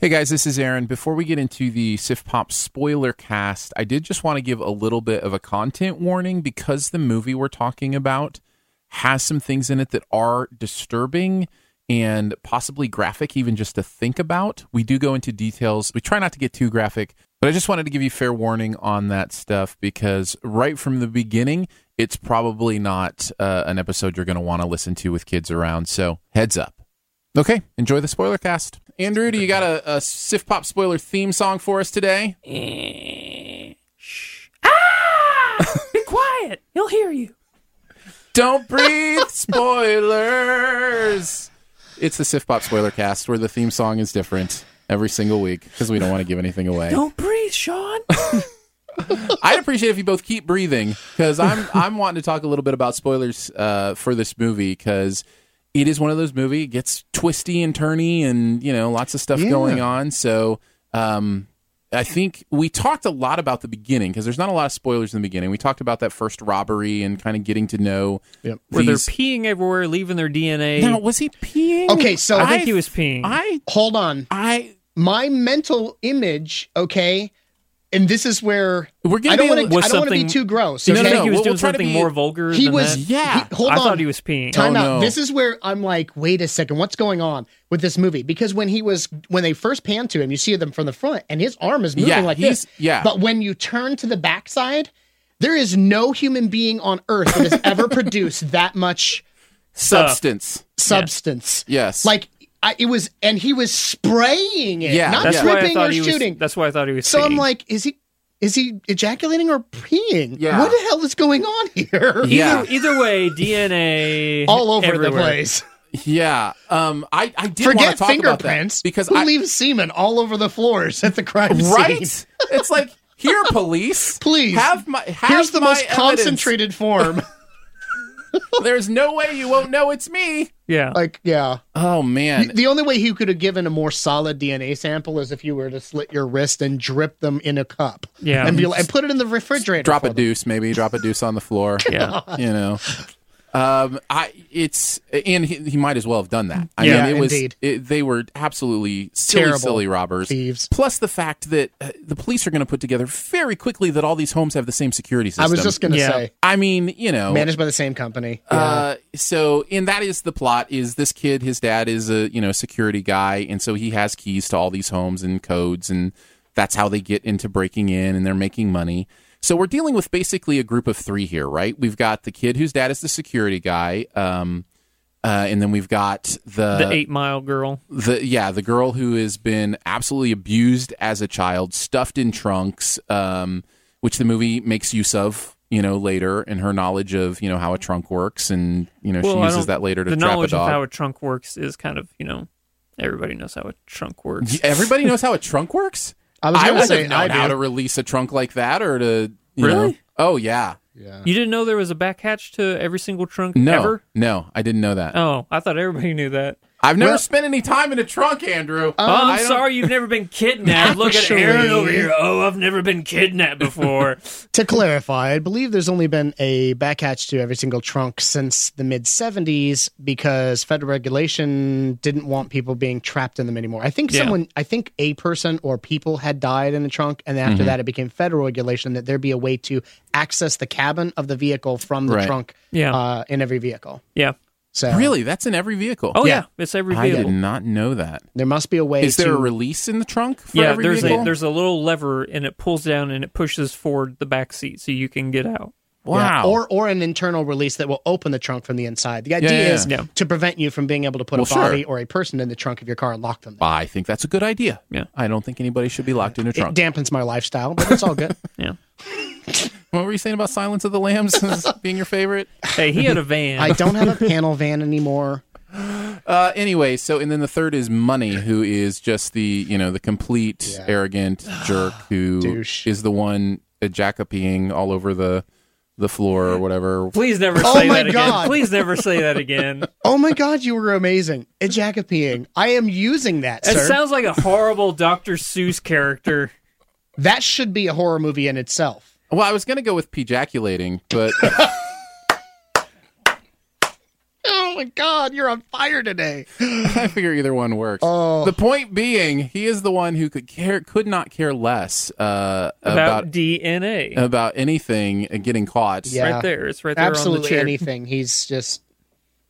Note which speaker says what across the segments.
Speaker 1: Hey guys, this is Aaron. Before we get into the Sif Pop spoiler cast, I did just want to give a little bit of a content warning because the movie we're talking about has some things in it that are disturbing and possibly graphic, even just to think about. We do go into details. We try not to get too graphic, but I just wanted to give you fair warning on that stuff because right from the beginning, it's probably not uh, an episode you're going to want to listen to with kids around. So heads up. Okay, enjoy the spoiler cast. Andrew, do you got a, a Sif Pop spoiler theme song for us today?
Speaker 2: Ah! Be quiet. He'll hear you.
Speaker 1: Don't breathe, spoilers. It's the Sif Pop spoiler cast where the theme song is different every single week because we don't want to give anything away.
Speaker 2: Don't breathe, Sean.
Speaker 1: I'd appreciate if you both keep breathing because I'm I'm wanting to talk a little bit about spoilers uh, for this movie because it is one of those movies it gets twisty and turny and you know lots of stuff going on. So um, I think we talked a lot about the beginning because there's not a lot of spoilers in the beginning. We talked about that first robbery and kind of getting to know.
Speaker 3: Yep.
Speaker 4: where they're
Speaker 1: these-
Speaker 4: peeing everywhere, leaving their DNA.
Speaker 1: Now, was he peeing?
Speaker 3: Okay, so-
Speaker 4: I think he was peeing.
Speaker 1: I
Speaker 3: Hold on.
Speaker 1: I
Speaker 3: My mental image, okay, and this is where
Speaker 1: We're gonna
Speaker 3: I don't
Speaker 1: be-
Speaker 3: want to.
Speaker 4: was
Speaker 3: I don't want to be
Speaker 4: something-
Speaker 3: too gross.
Speaker 4: Did
Speaker 3: Okay?
Speaker 4: you
Speaker 1: No,
Speaker 4: think
Speaker 1: no,
Speaker 4: he was
Speaker 1: we'll-
Speaker 4: doing
Speaker 1: we'll try to
Speaker 4: something
Speaker 1: be-
Speaker 4: more vulgar?
Speaker 3: he
Speaker 4: than
Speaker 3: was.
Speaker 4: that?
Speaker 1: Yeah.
Speaker 3: he- hold
Speaker 4: I
Speaker 3: on.
Speaker 4: thought he was peeing.
Speaker 3: Time
Speaker 1: Oh,
Speaker 3: out.
Speaker 1: no.
Speaker 3: This is where I'm like, wait a second, what's going on with this movie? Because when he was when they first pan to him, you see them from the front, and his arm is moving
Speaker 1: Yeah,
Speaker 3: like
Speaker 1: he's-
Speaker 3: this.
Speaker 1: yeah.
Speaker 3: But when you turn to the backside, there is no human being on earth that has ever produced that much
Speaker 1: substance.
Speaker 3: substance.
Speaker 1: Yes.
Speaker 3: Like I, it was, and he was spraying it,
Speaker 1: Yeah,
Speaker 3: not
Speaker 1: yeah.
Speaker 4: That's why I
Speaker 3: dripping
Speaker 4: thought
Speaker 3: or
Speaker 4: he was.
Speaker 3: shooting.
Speaker 4: That's why I thought he was.
Speaker 3: so I'm
Speaker 4: peeing.
Speaker 3: like, is he? Is he ejaculating or peeing?
Speaker 1: Yeah.
Speaker 3: What the hell is going on here?
Speaker 1: Yeah.
Speaker 4: Either, either way, DNA
Speaker 3: All over the
Speaker 4: everywhere.
Speaker 3: place.
Speaker 1: Yeah. Um. I I did want to
Speaker 3: Forget
Speaker 1: talk
Speaker 3: fingerprints
Speaker 1: about that because
Speaker 3: who
Speaker 1: I
Speaker 3: leaves semen all over the floors at the crime scene.
Speaker 1: right. it's like here, police.
Speaker 3: Please
Speaker 1: have my. Have
Speaker 3: Here's the
Speaker 1: my
Speaker 3: most
Speaker 1: evidence.
Speaker 3: concentrated form.
Speaker 1: There's no way you won't know it's me.
Speaker 4: Yeah,
Speaker 3: like yeah,
Speaker 1: Oh man.
Speaker 3: the only way you could have given a more solid DNA sample is if you were to slit your wrist and drip them in a cup.
Speaker 4: Yeah.
Speaker 3: and, be like, and put it in the refrigerator.
Speaker 1: drop
Speaker 3: for
Speaker 1: a
Speaker 3: them.
Speaker 1: deuce maybe drop a deuce on the floor
Speaker 4: Yeah.
Speaker 1: you know um i it's and he, he might as well have done that i
Speaker 3: Yeah,
Speaker 1: mean it was
Speaker 3: indeed.
Speaker 1: it, they were absolutely silly,
Speaker 3: Terrible
Speaker 1: silly robbers
Speaker 3: thieves.
Speaker 1: plus the fact that uh, the police are going to put together very quickly that all these homes have the same security system
Speaker 3: I was just gonna
Speaker 4: Yeah.
Speaker 3: say
Speaker 1: i mean you know
Speaker 3: managed by the same company.
Speaker 1: uh, so and that is the plot is this kid his dad is a you know security guy and so he has keys to all these homes and codes and that's how they get into breaking in and they're making money so we're dealing with basically a group of three here right we've got the kid whose dad is the security guy um uh, and then we've got the
Speaker 4: the eight mile girl.
Speaker 1: the yeah the girl who has been absolutely abused as a child stuffed in trunks um, which the movie makes use of you know later and her knowledge of you know how a trunk works and you know
Speaker 4: Well,
Speaker 1: she
Speaker 4: I
Speaker 1: uses
Speaker 4: don't-
Speaker 1: that later to
Speaker 4: the
Speaker 1: trap a
Speaker 4: knowledge of how
Speaker 1: dog
Speaker 4: a trunk works is kind of you know everybody knows how a trunk works.
Speaker 1: Y- everybody knows how a trunk works
Speaker 3: I was gonna
Speaker 1: wouldn't
Speaker 3: say
Speaker 1: have known
Speaker 3: I
Speaker 1: how
Speaker 3: do.
Speaker 1: to release a trunk like that or to you
Speaker 4: Really?
Speaker 1: know. oh yeah
Speaker 4: You didn't know there was a back hatch to every single trunk
Speaker 1: no
Speaker 4: ever. Uh,
Speaker 1: no i didn't know that
Speaker 4: Oh, I thought everybody knew that.
Speaker 1: I've never
Speaker 3: Well- Uh,
Speaker 1: spent any time in a trunk, Andrew.
Speaker 4: oh,
Speaker 1: I
Speaker 4: I'm
Speaker 1: don't-
Speaker 4: sorry you've never been kidnapped. Look at Aaron
Speaker 3: Actually-
Speaker 4: over here. Oh, I've never been kidnapped before.
Speaker 3: To clarify, I believe there's only been a back hatch to every single trunk since the mid 70s because federal regulation didn't want people being trapped in them anymore. I think
Speaker 4: Yeah.
Speaker 3: someone, I think a person or people had died in the trunk, and after
Speaker 1: Mm-hmm.
Speaker 3: that, it became federal regulation that there be a way to access the cabin of the vehicle from the
Speaker 1: Right.
Speaker 3: trunk
Speaker 4: Yeah.
Speaker 3: uh, in every vehicle.
Speaker 4: yeah.
Speaker 3: So
Speaker 1: Really? That's in every vehicle.
Speaker 4: Oh yeah.
Speaker 3: Yeah.
Speaker 4: It's every
Speaker 1: I did
Speaker 4: vehicle.
Speaker 1: not know that.
Speaker 3: there must be a way
Speaker 1: Is
Speaker 3: to.
Speaker 1: there a release in the trunk for
Speaker 4: Yeah,
Speaker 1: every
Speaker 4: there's
Speaker 1: vehicle?
Speaker 4: a there's a little lever and it pulls down and it pushes forward the back seat so you can get out.
Speaker 1: wow.
Speaker 3: Yeah. Or or an internal release that will open the trunk from the inside. The idea
Speaker 1: yeah,
Speaker 3: is
Speaker 4: yeah. Yeah.
Speaker 3: to prevent you from being able to put
Speaker 1: Well,
Speaker 3: a body
Speaker 1: sure.
Speaker 3: or a person in the trunk of your car and lock them. There.
Speaker 1: I think that's a good idea.
Speaker 4: Yeah.
Speaker 1: I don't think anybody should be locked in a
Speaker 3: It
Speaker 1: trunk.
Speaker 3: dampens my lifestyle, but it's all good.
Speaker 4: Yeah.
Speaker 1: what were you saying about Silence of the Lambs as being your favorite?
Speaker 4: Hey, he had a van.
Speaker 3: I don't have a panel van anymore.
Speaker 1: Uh, anyway, so and then the third is Money, who is just the you know the complete
Speaker 3: Yeah.
Speaker 1: arrogant jerk who is
Speaker 3: Douche.
Speaker 1: the one uh, jackapeeing all over the the floor or whatever.
Speaker 4: Please never
Speaker 3: Oh
Speaker 4: say
Speaker 3: my
Speaker 4: that again.
Speaker 3: God.
Speaker 4: Please never say that again.
Speaker 3: Oh my god, you were amazing. A jackapeeing. I am using that,
Speaker 4: That
Speaker 3: sir.
Speaker 4: sounds like a horrible Dr. Seuss character.
Speaker 3: that should be a horror movie in itself.
Speaker 1: Well, I was gonna go with pejaculating, but
Speaker 3: Oh my god, you're on fire today.
Speaker 1: I figure either one works.
Speaker 3: Oh.
Speaker 1: The point being, he is the one who could care could not care less uh,
Speaker 4: about,
Speaker 1: about
Speaker 4: DNA.
Speaker 1: about anything and getting caught.
Speaker 3: Oh, Yeah.
Speaker 4: Right there. It's right there on the
Speaker 3: Absolutely
Speaker 4: chair.
Speaker 3: anything. He's just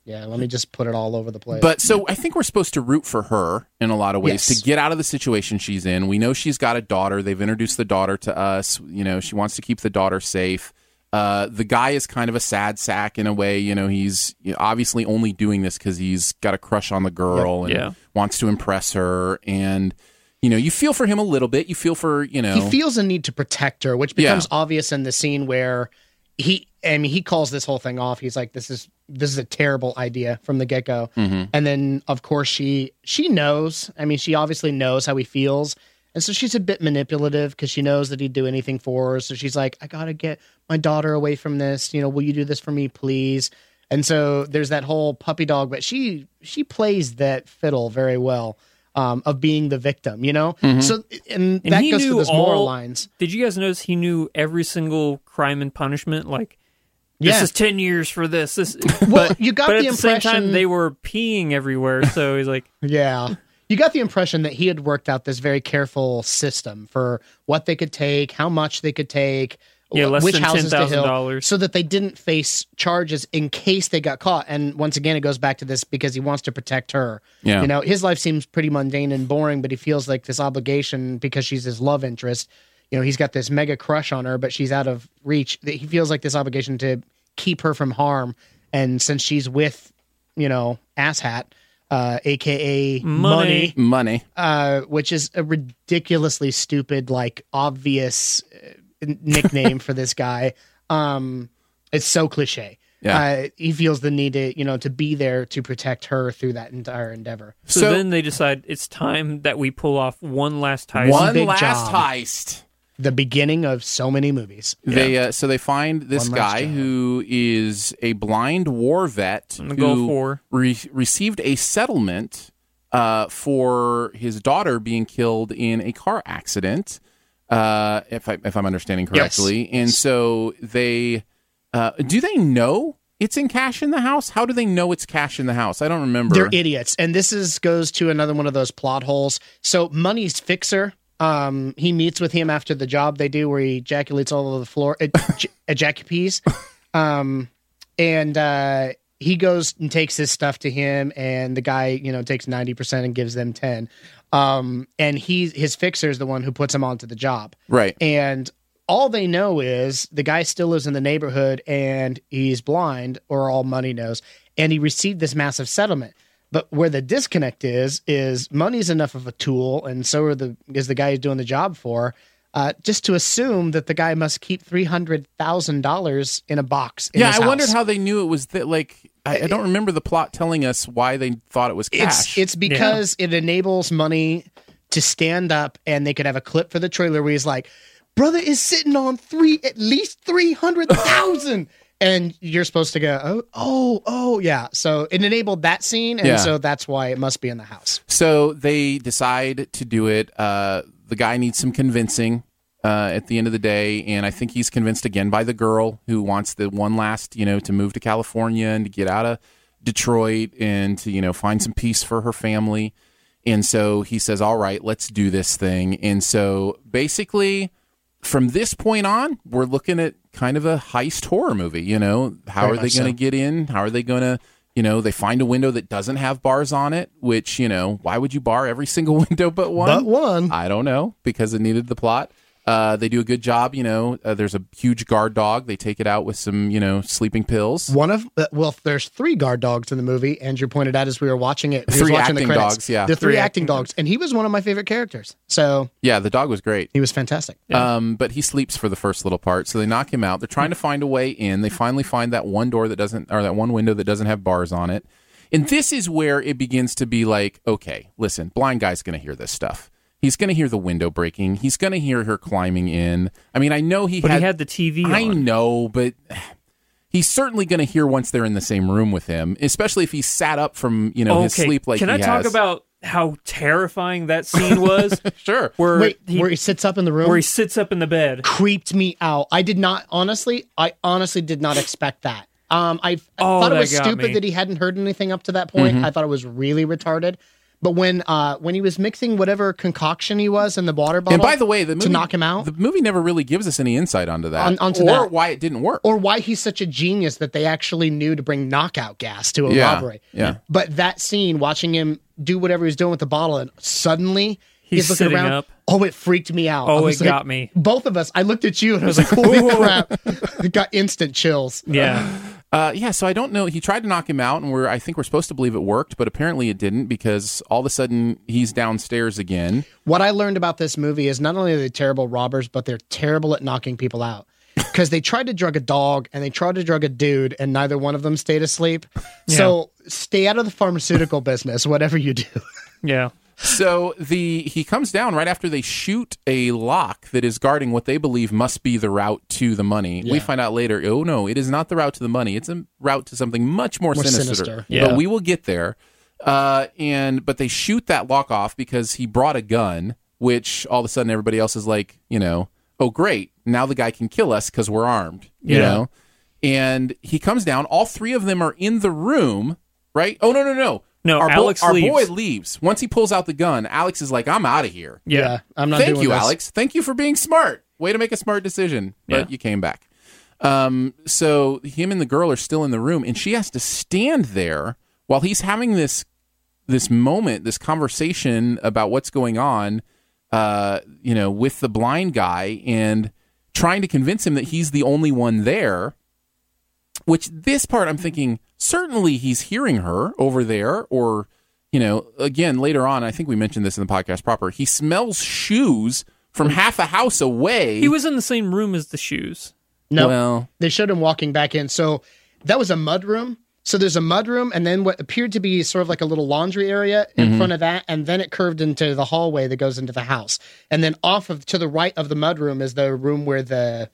Speaker 3: yeah, let me just put it all over the place.
Speaker 1: But so I think we're supposed to root for her in a lot of ways
Speaker 3: Yes.
Speaker 1: to get out of the situation she's in. We know she's got a daughter. They've introduced the daughter to us. You know, she wants to keep the daughter safe. Uh, the guy is kind of a sad sack in a way. You know, he's you know, obviously only doing this because he's got a crush on the girl and
Speaker 4: Yeah.
Speaker 1: wants to impress her. And, you know, you feel for him a little bit. You feel for, you know.
Speaker 3: he feels a need to protect her, which
Speaker 1: Yeah.
Speaker 3: becomes obvious in the scene where he and he calls this whole thing off. He's like, "This is this is a terrible idea from the get go."
Speaker 1: Mm-hmm.
Speaker 3: And then, of course, she she knows. I mean, she obviously knows how he feels, and so she's a bit manipulative because she knows that he'd do anything for her. So she's like, "I gotta get my daughter away from this. You know, will you do this for me, please?" And so there's that whole puppy dog, but she she plays that fiddle very well. Um, of being the victim, you know.
Speaker 1: Mm-hmm.
Speaker 3: So, and
Speaker 4: And
Speaker 3: that
Speaker 4: he
Speaker 3: goes
Speaker 4: knew
Speaker 3: through this
Speaker 4: all-
Speaker 3: moral lines.
Speaker 4: Did you guys notice he knew every single crime and punishment? Like, this
Speaker 3: Yeah.
Speaker 4: is 10 years for this. this
Speaker 3: Well, you got
Speaker 4: but
Speaker 3: the
Speaker 4: at the same
Speaker 3: impression
Speaker 4: time, they were peeing everywhere. So he's like,
Speaker 3: yeah. You got the impression that he had worked out this very careful system for what they could take, how much they could take,
Speaker 4: Yeah,
Speaker 3: wh-
Speaker 4: less
Speaker 3: which
Speaker 4: than
Speaker 3: houses to hill,
Speaker 4: $10,000.
Speaker 3: so that they didn't face charges in case they got caught. And once again, it goes back to this because he wants to protect her.
Speaker 1: Yeah.
Speaker 3: You know, his life seems pretty mundane and boring, but he feels like this obligation because she's his love interest. You know, he's got this mega crush on her, but she's out of reach. That he feels like this obligation to keep her from harm. And since she's with, you know, asshat, uh, aka
Speaker 4: Money.
Speaker 3: money
Speaker 1: Money.
Speaker 3: uh, which is a ridiculously stupid, like obvious uh, n- nickname for this guy. Um, it's so cliche.
Speaker 1: Yeah.
Speaker 3: Uh, he feels the need to, you know, to be there to protect her through that entire endeavor.
Speaker 4: so, then they decide it's time that we pull off one last heist.
Speaker 1: one
Speaker 3: big
Speaker 1: last
Speaker 3: job.
Speaker 1: heist.
Speaker 3: The beginning of so many movies.
Speaker 1: They uh, so they find this
Speaker 3: One last
Speaker 1: guy
Speaker 3: job.
Speaker 1: who is a blind war vet
Speaker 4: In the Gulf
Speaker 1: who
Speaker 4: War.
Speaker 1: re- received a settlement uh, for his daughter being killed in a car accident. Uh, if I if I'm understanding correctly, and so they uh, do they know it's in cash in the house? How do they know it's cash in the house? I don't remember.
Speaker 3: They're idiots. And this is goes to another one of those plot holes. So Money's fixer, um, he meets with him after the job they do where he ejaculates all over the floor, e-, ej- ejaculates, um, and uh, he goes and takes his stuff to him, and the guy, you know, takes ninety percent and gives them ten. Um, and he his fixer is the one who puts him onto the job
Speaker 1: right.
Speaker 3: and all they know is the guy still lives in the neighborhood and he's blind or all money knows and he received this massive settlement but where the disconnect is is money's enough of a tool and so are the is the guy he's doing the job for uh, just to assume that the guy must keep three hundred thousand dollars in a box. in
Speaker 1: yeah,
Speaker 3: his
Speaker 1: I wondered
Speaker 3: house.
Speaker 1: how they knew it was that. Like, I, I don't remember the plot telling us why they thought it was cash.
Speaker 3: It's it's because it enables money to stand up, and they could have a clip for the trailer where he's like, "Brother is sitting on three, at least three hundred thousand, and you're supposed to go, oh, oh, oh, yeah. So it enabled that scene, and
Speaker 1: Yeah.
Speaker 3: so that's why it must be in the house.
Speaker 1: So they decide to do it. Uh, the guy needs some convincing uh, at the end of the day, and I think he's convinced again by the girl who wants the one last, you know, to move to California and to get out of Detroit and to you know find some peace for her family. And so he says, "All right, let's do this thing." And so basically, from this point on, we're looking at kind of a heist horror movie. You know, how
Speaker 3: Very
Speaker 1: are they
Speaker 3: much
Speaker 1: going to
Speaker 3: so.
Speaker 1: get in? How are they going to, you know, they find a window that doesn't have bars on it, which, you know, why would you bar every single window but one?
Speaker 3: But one,
Speaker 1: I don't know because it needed the plot. Uh, they do a good job, you know. Uh, there's a huge guard dog. They take it out with some, you know, sleeping pills.
Speaker 3: one of uh, well, there's three guard dogs in the movie. Andrew pointed out as we were watching it, he was
Speaker 1: Three
Speaker 3: watching
Speaker 1: acting
Speaker 3: the credits,
Speaker 1: dogs, yeah.
Speaker 3: the three,
Speaker 4: Three
Speaker 3: acting, dogs, and he was one of my favorite characters. So
Speaker 1: Yeah, the dog was great.
Speaker 3: he was fantastic.
Speaker 1: Um, but he sleeps for the first little part, so they knock him out. They're trying to find a way in. They finally find that one door that doesn't, or that one window that doesn't have bars on it. And this is where it begins to be like, okay, listen, blind guy's going to hear this stuff. He's going to hear the window breaking. He's going to hear her climbing in. I mean, I know he
Speaker 4: But
Speaker 1: had,
Speaker 4: he had the TV
Speaker 1: I
Speaker 4: on.
Speaker 1: know, but he's certainly going to hear once they're in the same room with him, especially if he sat up from you know
Speaker 4: okay.
Speaker 1: his sleep like
Speaker 4: Can
Speaker 1: he
Speaker 4: I talk
Speaker 1: has.
Speaker 4: about how terrifying that scene was?
Speaker 1: sure.
Speaker 4: where
Speaker 3: Wait,
Speaker 4: he
Speaker 3: where he sits up in the room,
Speaker 4: where he sits up in the bed.
Speaker 3: creeped me out. I did not honestly. I honestly did not expect that. Um, I, I
Speaker 4: Oh,
Speaker 3: thought it
Speaker 4: that
Speaker 3: was
Speaker 4: got
Speaker 3: stupid
Speaker 4: me.
Speaker 3: that he hadn't heard anything up to that point.
Speaker 1: Mm-hmm.
Speaker 3: I thought it was really retarded. But when uh, when he was mixing whatever concoction he was in the water bottle,
Speaker 1: And by the way, the movie,
Speaker 3: to knock him out,
Speaker 1: the movie never really gives us any insight onto that,
Speaker 3: On- onto
Speaker 1: or
Speaker 3: that.
Speaker 1: why it didn't work.
Speaker 3: or why he's such a genius that they actually knew to bring knockout gas to a
Speaker 1: Yeah,
Speaker 3: robbery.
Speaker 1: yeah.
Speaker 3: But that scene, watching him do whatever he's doing with the bottle, and suddenly
Speaker 4: He's
Speaker 3: looking
Speaker 4: sitting
Speaker 3: around.
Speaker 4: up.
Speaker 3: Oh, it freaked me out.
Speaker 4: Oh,
Speaker 3: I
Speaker 4: it
Speaker 3: was like-
Speaker 4: got me.
Speaker 3: Both of us. I looked at you and I was like, "Holy crap!" It got instant chills.
Speaker 4: Yeah.
Speaker 1: Uh, yeah, so I don't know. He tried to knock him out, and we're I think we're supposed to believe it worked, but apparently it didn't because all of a sudden he's downstairs again.
Speaker 3: What I learned about this movie is not only are they terrible robbers, but they're terrible at knocking people out. Because they tried to drug a dog and they tried to drug a dude, and neither one of them stayed asleep. So stay out of the pharmaceutical business, whatever you do.
Speaker 4: Yeah.
Speaker 1: So the he comes down right after they shoot a lock that is guarding what they believe must be the route to the money. We find out later, oh no, it is not the route to the money. It's a route to something much more,
Speaker 3: More
Speaker 1: sinister.
Speaker 3: sinister.
Speaker 4: Yeah.
Speaker 1: But we will get there. Uh, and but they shoot that lock off because he brought a gun, which all of a sudden everybody else is like, you know, oh great, now the guy can kill us because we're armed. You
Speaker 4: Yeah.
Speaker 1: know? And he comes down. All three of them are in the room, right? Oh no, no, no.
Speaker 4: No,
Speaker 1: our, bo-
Speaker 4: Alex
Speaker 1: our
Speaker 4: leaves.
Speaker 1: boy leaves. Once he pulls out the gun, Alex is like, "I'm out of here."
Speaker 4: Yeah.
Speaker 3: I'm not
Speaker 1: Thank
Speaker 3: doing
Speaker 1: you,
Speaker 3: this.
Speaker 1: Alex. Thank you for being smart. Way to make a smart decision. But
Speaker 4: Yeah.
Speaker 1: you came back. Um, so him and the girl are still in the room, and she has to stand there while he's having this this moment, this conversation about what's going on. Uh, you know, with the blind guy and trying to convince him that he's the only one there. Which this part, I'm thinking, certainly he's hearing her over there, or you know, again later on, I think we mentioned this in the podcast proper. He smells shoes from half a house away.
Speaker 4: He was in the same room as the shoes.
Speaker 3: No,
Speaker 1: Well,
Speaker 3: they showed him walking back in. So that was a mud room. So there's a mud room, and then what appeared to be sort of like a little laundry area in
Speaker 1: Mm-hmm.
Speaker 3: front of that, and then it curved into the hallway that goes into the house, and then off of to the right of the mud room is the room where the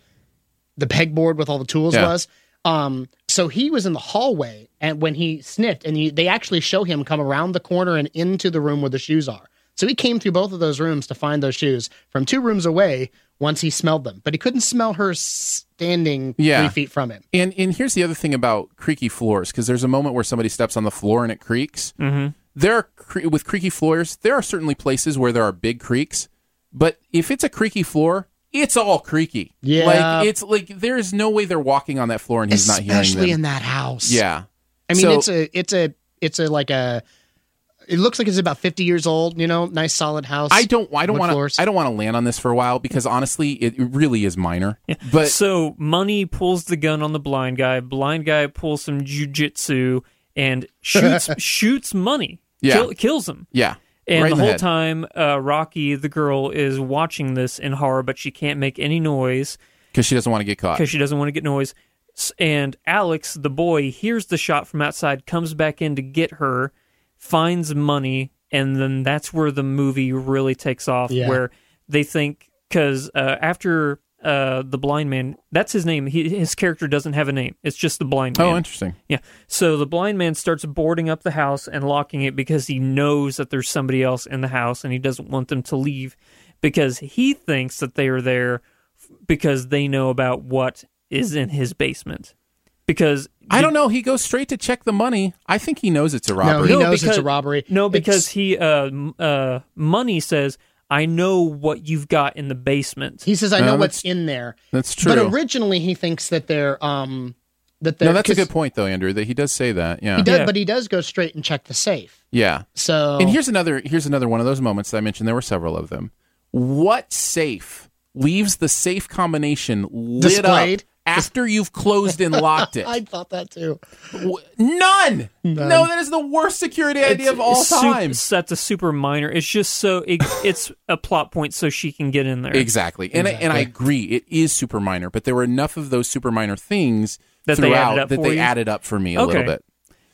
Speaker 3: the pegboard with all the tools
Speaker 1: Yeah.
Speaker 3: was. Um, so he was in the hallway, and when he sniffed, and he, they actually show him come around the corner and into the room where the shoes are. So he came through both of those rooms to find those shoes from two rooms away. Once he smelled them, but he couldn't smell her standing
Speaker 1: Yeah.
Speaker 3: three feet from him.
Speaker 1: And and here's the other thing about creaky floors because there's a moment where somebody steps on the floor and it creaks. Mm-hmm. There are cre- with creaky floors, there are certainly places where there are big creaks, but if it's a creaky floor, it's all creaky.
Speaker 3: Yeah.
Speaker 1: like it's like there is no way they're walking on that floor and he's not hearing them.
Speaker 3: especially in that house.
Speaker 1: yeah,
Speaker 3: I mean
Speaker 1: So-
Speaker 3: it's a it's a it's a like a. It looks like it's about fifty years old. You know, nice solid house.
Speaker 1: I don't. I don't
Speaker 3: Wood
Speaker 1: want
Speaker 3: floors.
Speaker 1: to. I don't want to land on this for a while because honestly, it really is minor. But
Speaker 4: so money pulls the gun on the blind guy. Blind guy pulls some jujitsu and shoots shoots money.
Speaker 1: Yeah.
Speaker 4: Kill, kills him.
Speaker 1: yeah,
Speaker 4: And
Speaker 1: right in
Speaker 4: the whole
Speaker 1: head.
Speaker 4: time, uh, Rocky, the girl, is watching this in horror, but she can't make any noise
Speaker 1: because she doesn't want to get caught.
Speaker 4: because she doesn't want to get noise. S- And Alex, the boy, hears the shot from outside, comes back in to get her, finds money, and then that's where the movie really takes off.
Speaker 3: Yeah.
Speaker 4: Where they think because uh, after uh, the blind man. That's his name. He, his character doesn't have a name. It's just the blind man.
Speaker 1: Oh, interesting.
Speaker 4: Yeah. So the blind man starts boarding up the house and locking it because he knows that there's somebody else in the house and he doesn't want them to leave because he thinks that they are there f- because they know about what is in his basement. Because
Speaker 1: I don't know. He goes straight to check the money. I think he knows it's a robbery.
Speaker 3: he knows it's a robbery.
Speaker 4: No, because
Speaker 3: It's-
Speaker 4: he uh, m- uh, money says, "I know what you've got in the basement."
Speaker 3: He says, "I know
Speaker 1: Uh,
Speaker 3: what's
Speaker 1: that's-
Speaker 3: in there."
Speaker 1: That's true.
Speaker 3: But originally, he thinks that they're um that they're.
Speaker 1: no, that's a
Speaker 3: 'cause
Speaker 1: good point though, Andrew. That he does say that. Yeah.
Speaker 3: He does, Oh.
Speaker 4: Yeah.
Speaker 3: but he does go straight and check the safe.
Speaker 1: yeah.
Speaker 3: So
Speaker 1: And here's another here's another one of those moments that I mentioned. There were several of them. What safe leaves the safe combination lit
Speaker 3: Displayed?
Speaker 1: up after you've closed and locked it?
Speaker 3: I thought that too.
Speaker 1: W- None. No, that is the worst security idea of all
Speaker 4: Su-
Speaker 1: time.
Speaker 4: That's a super minor. It's just so it, it's a plot point so she can get in there.
Speaker 1: Exactly. And I, and I agree it is super minor, but there were enough of those super minor things
Speaker 4: That they added
Speaker 1: throughout
Speaker 4: up
Speaker 1: that
Speaker 4: for
Speaker 1: they
Speaker 4: you?
Speaker 1: added up for me a little
Speaker 4: Okay.
Speaker 1: bit.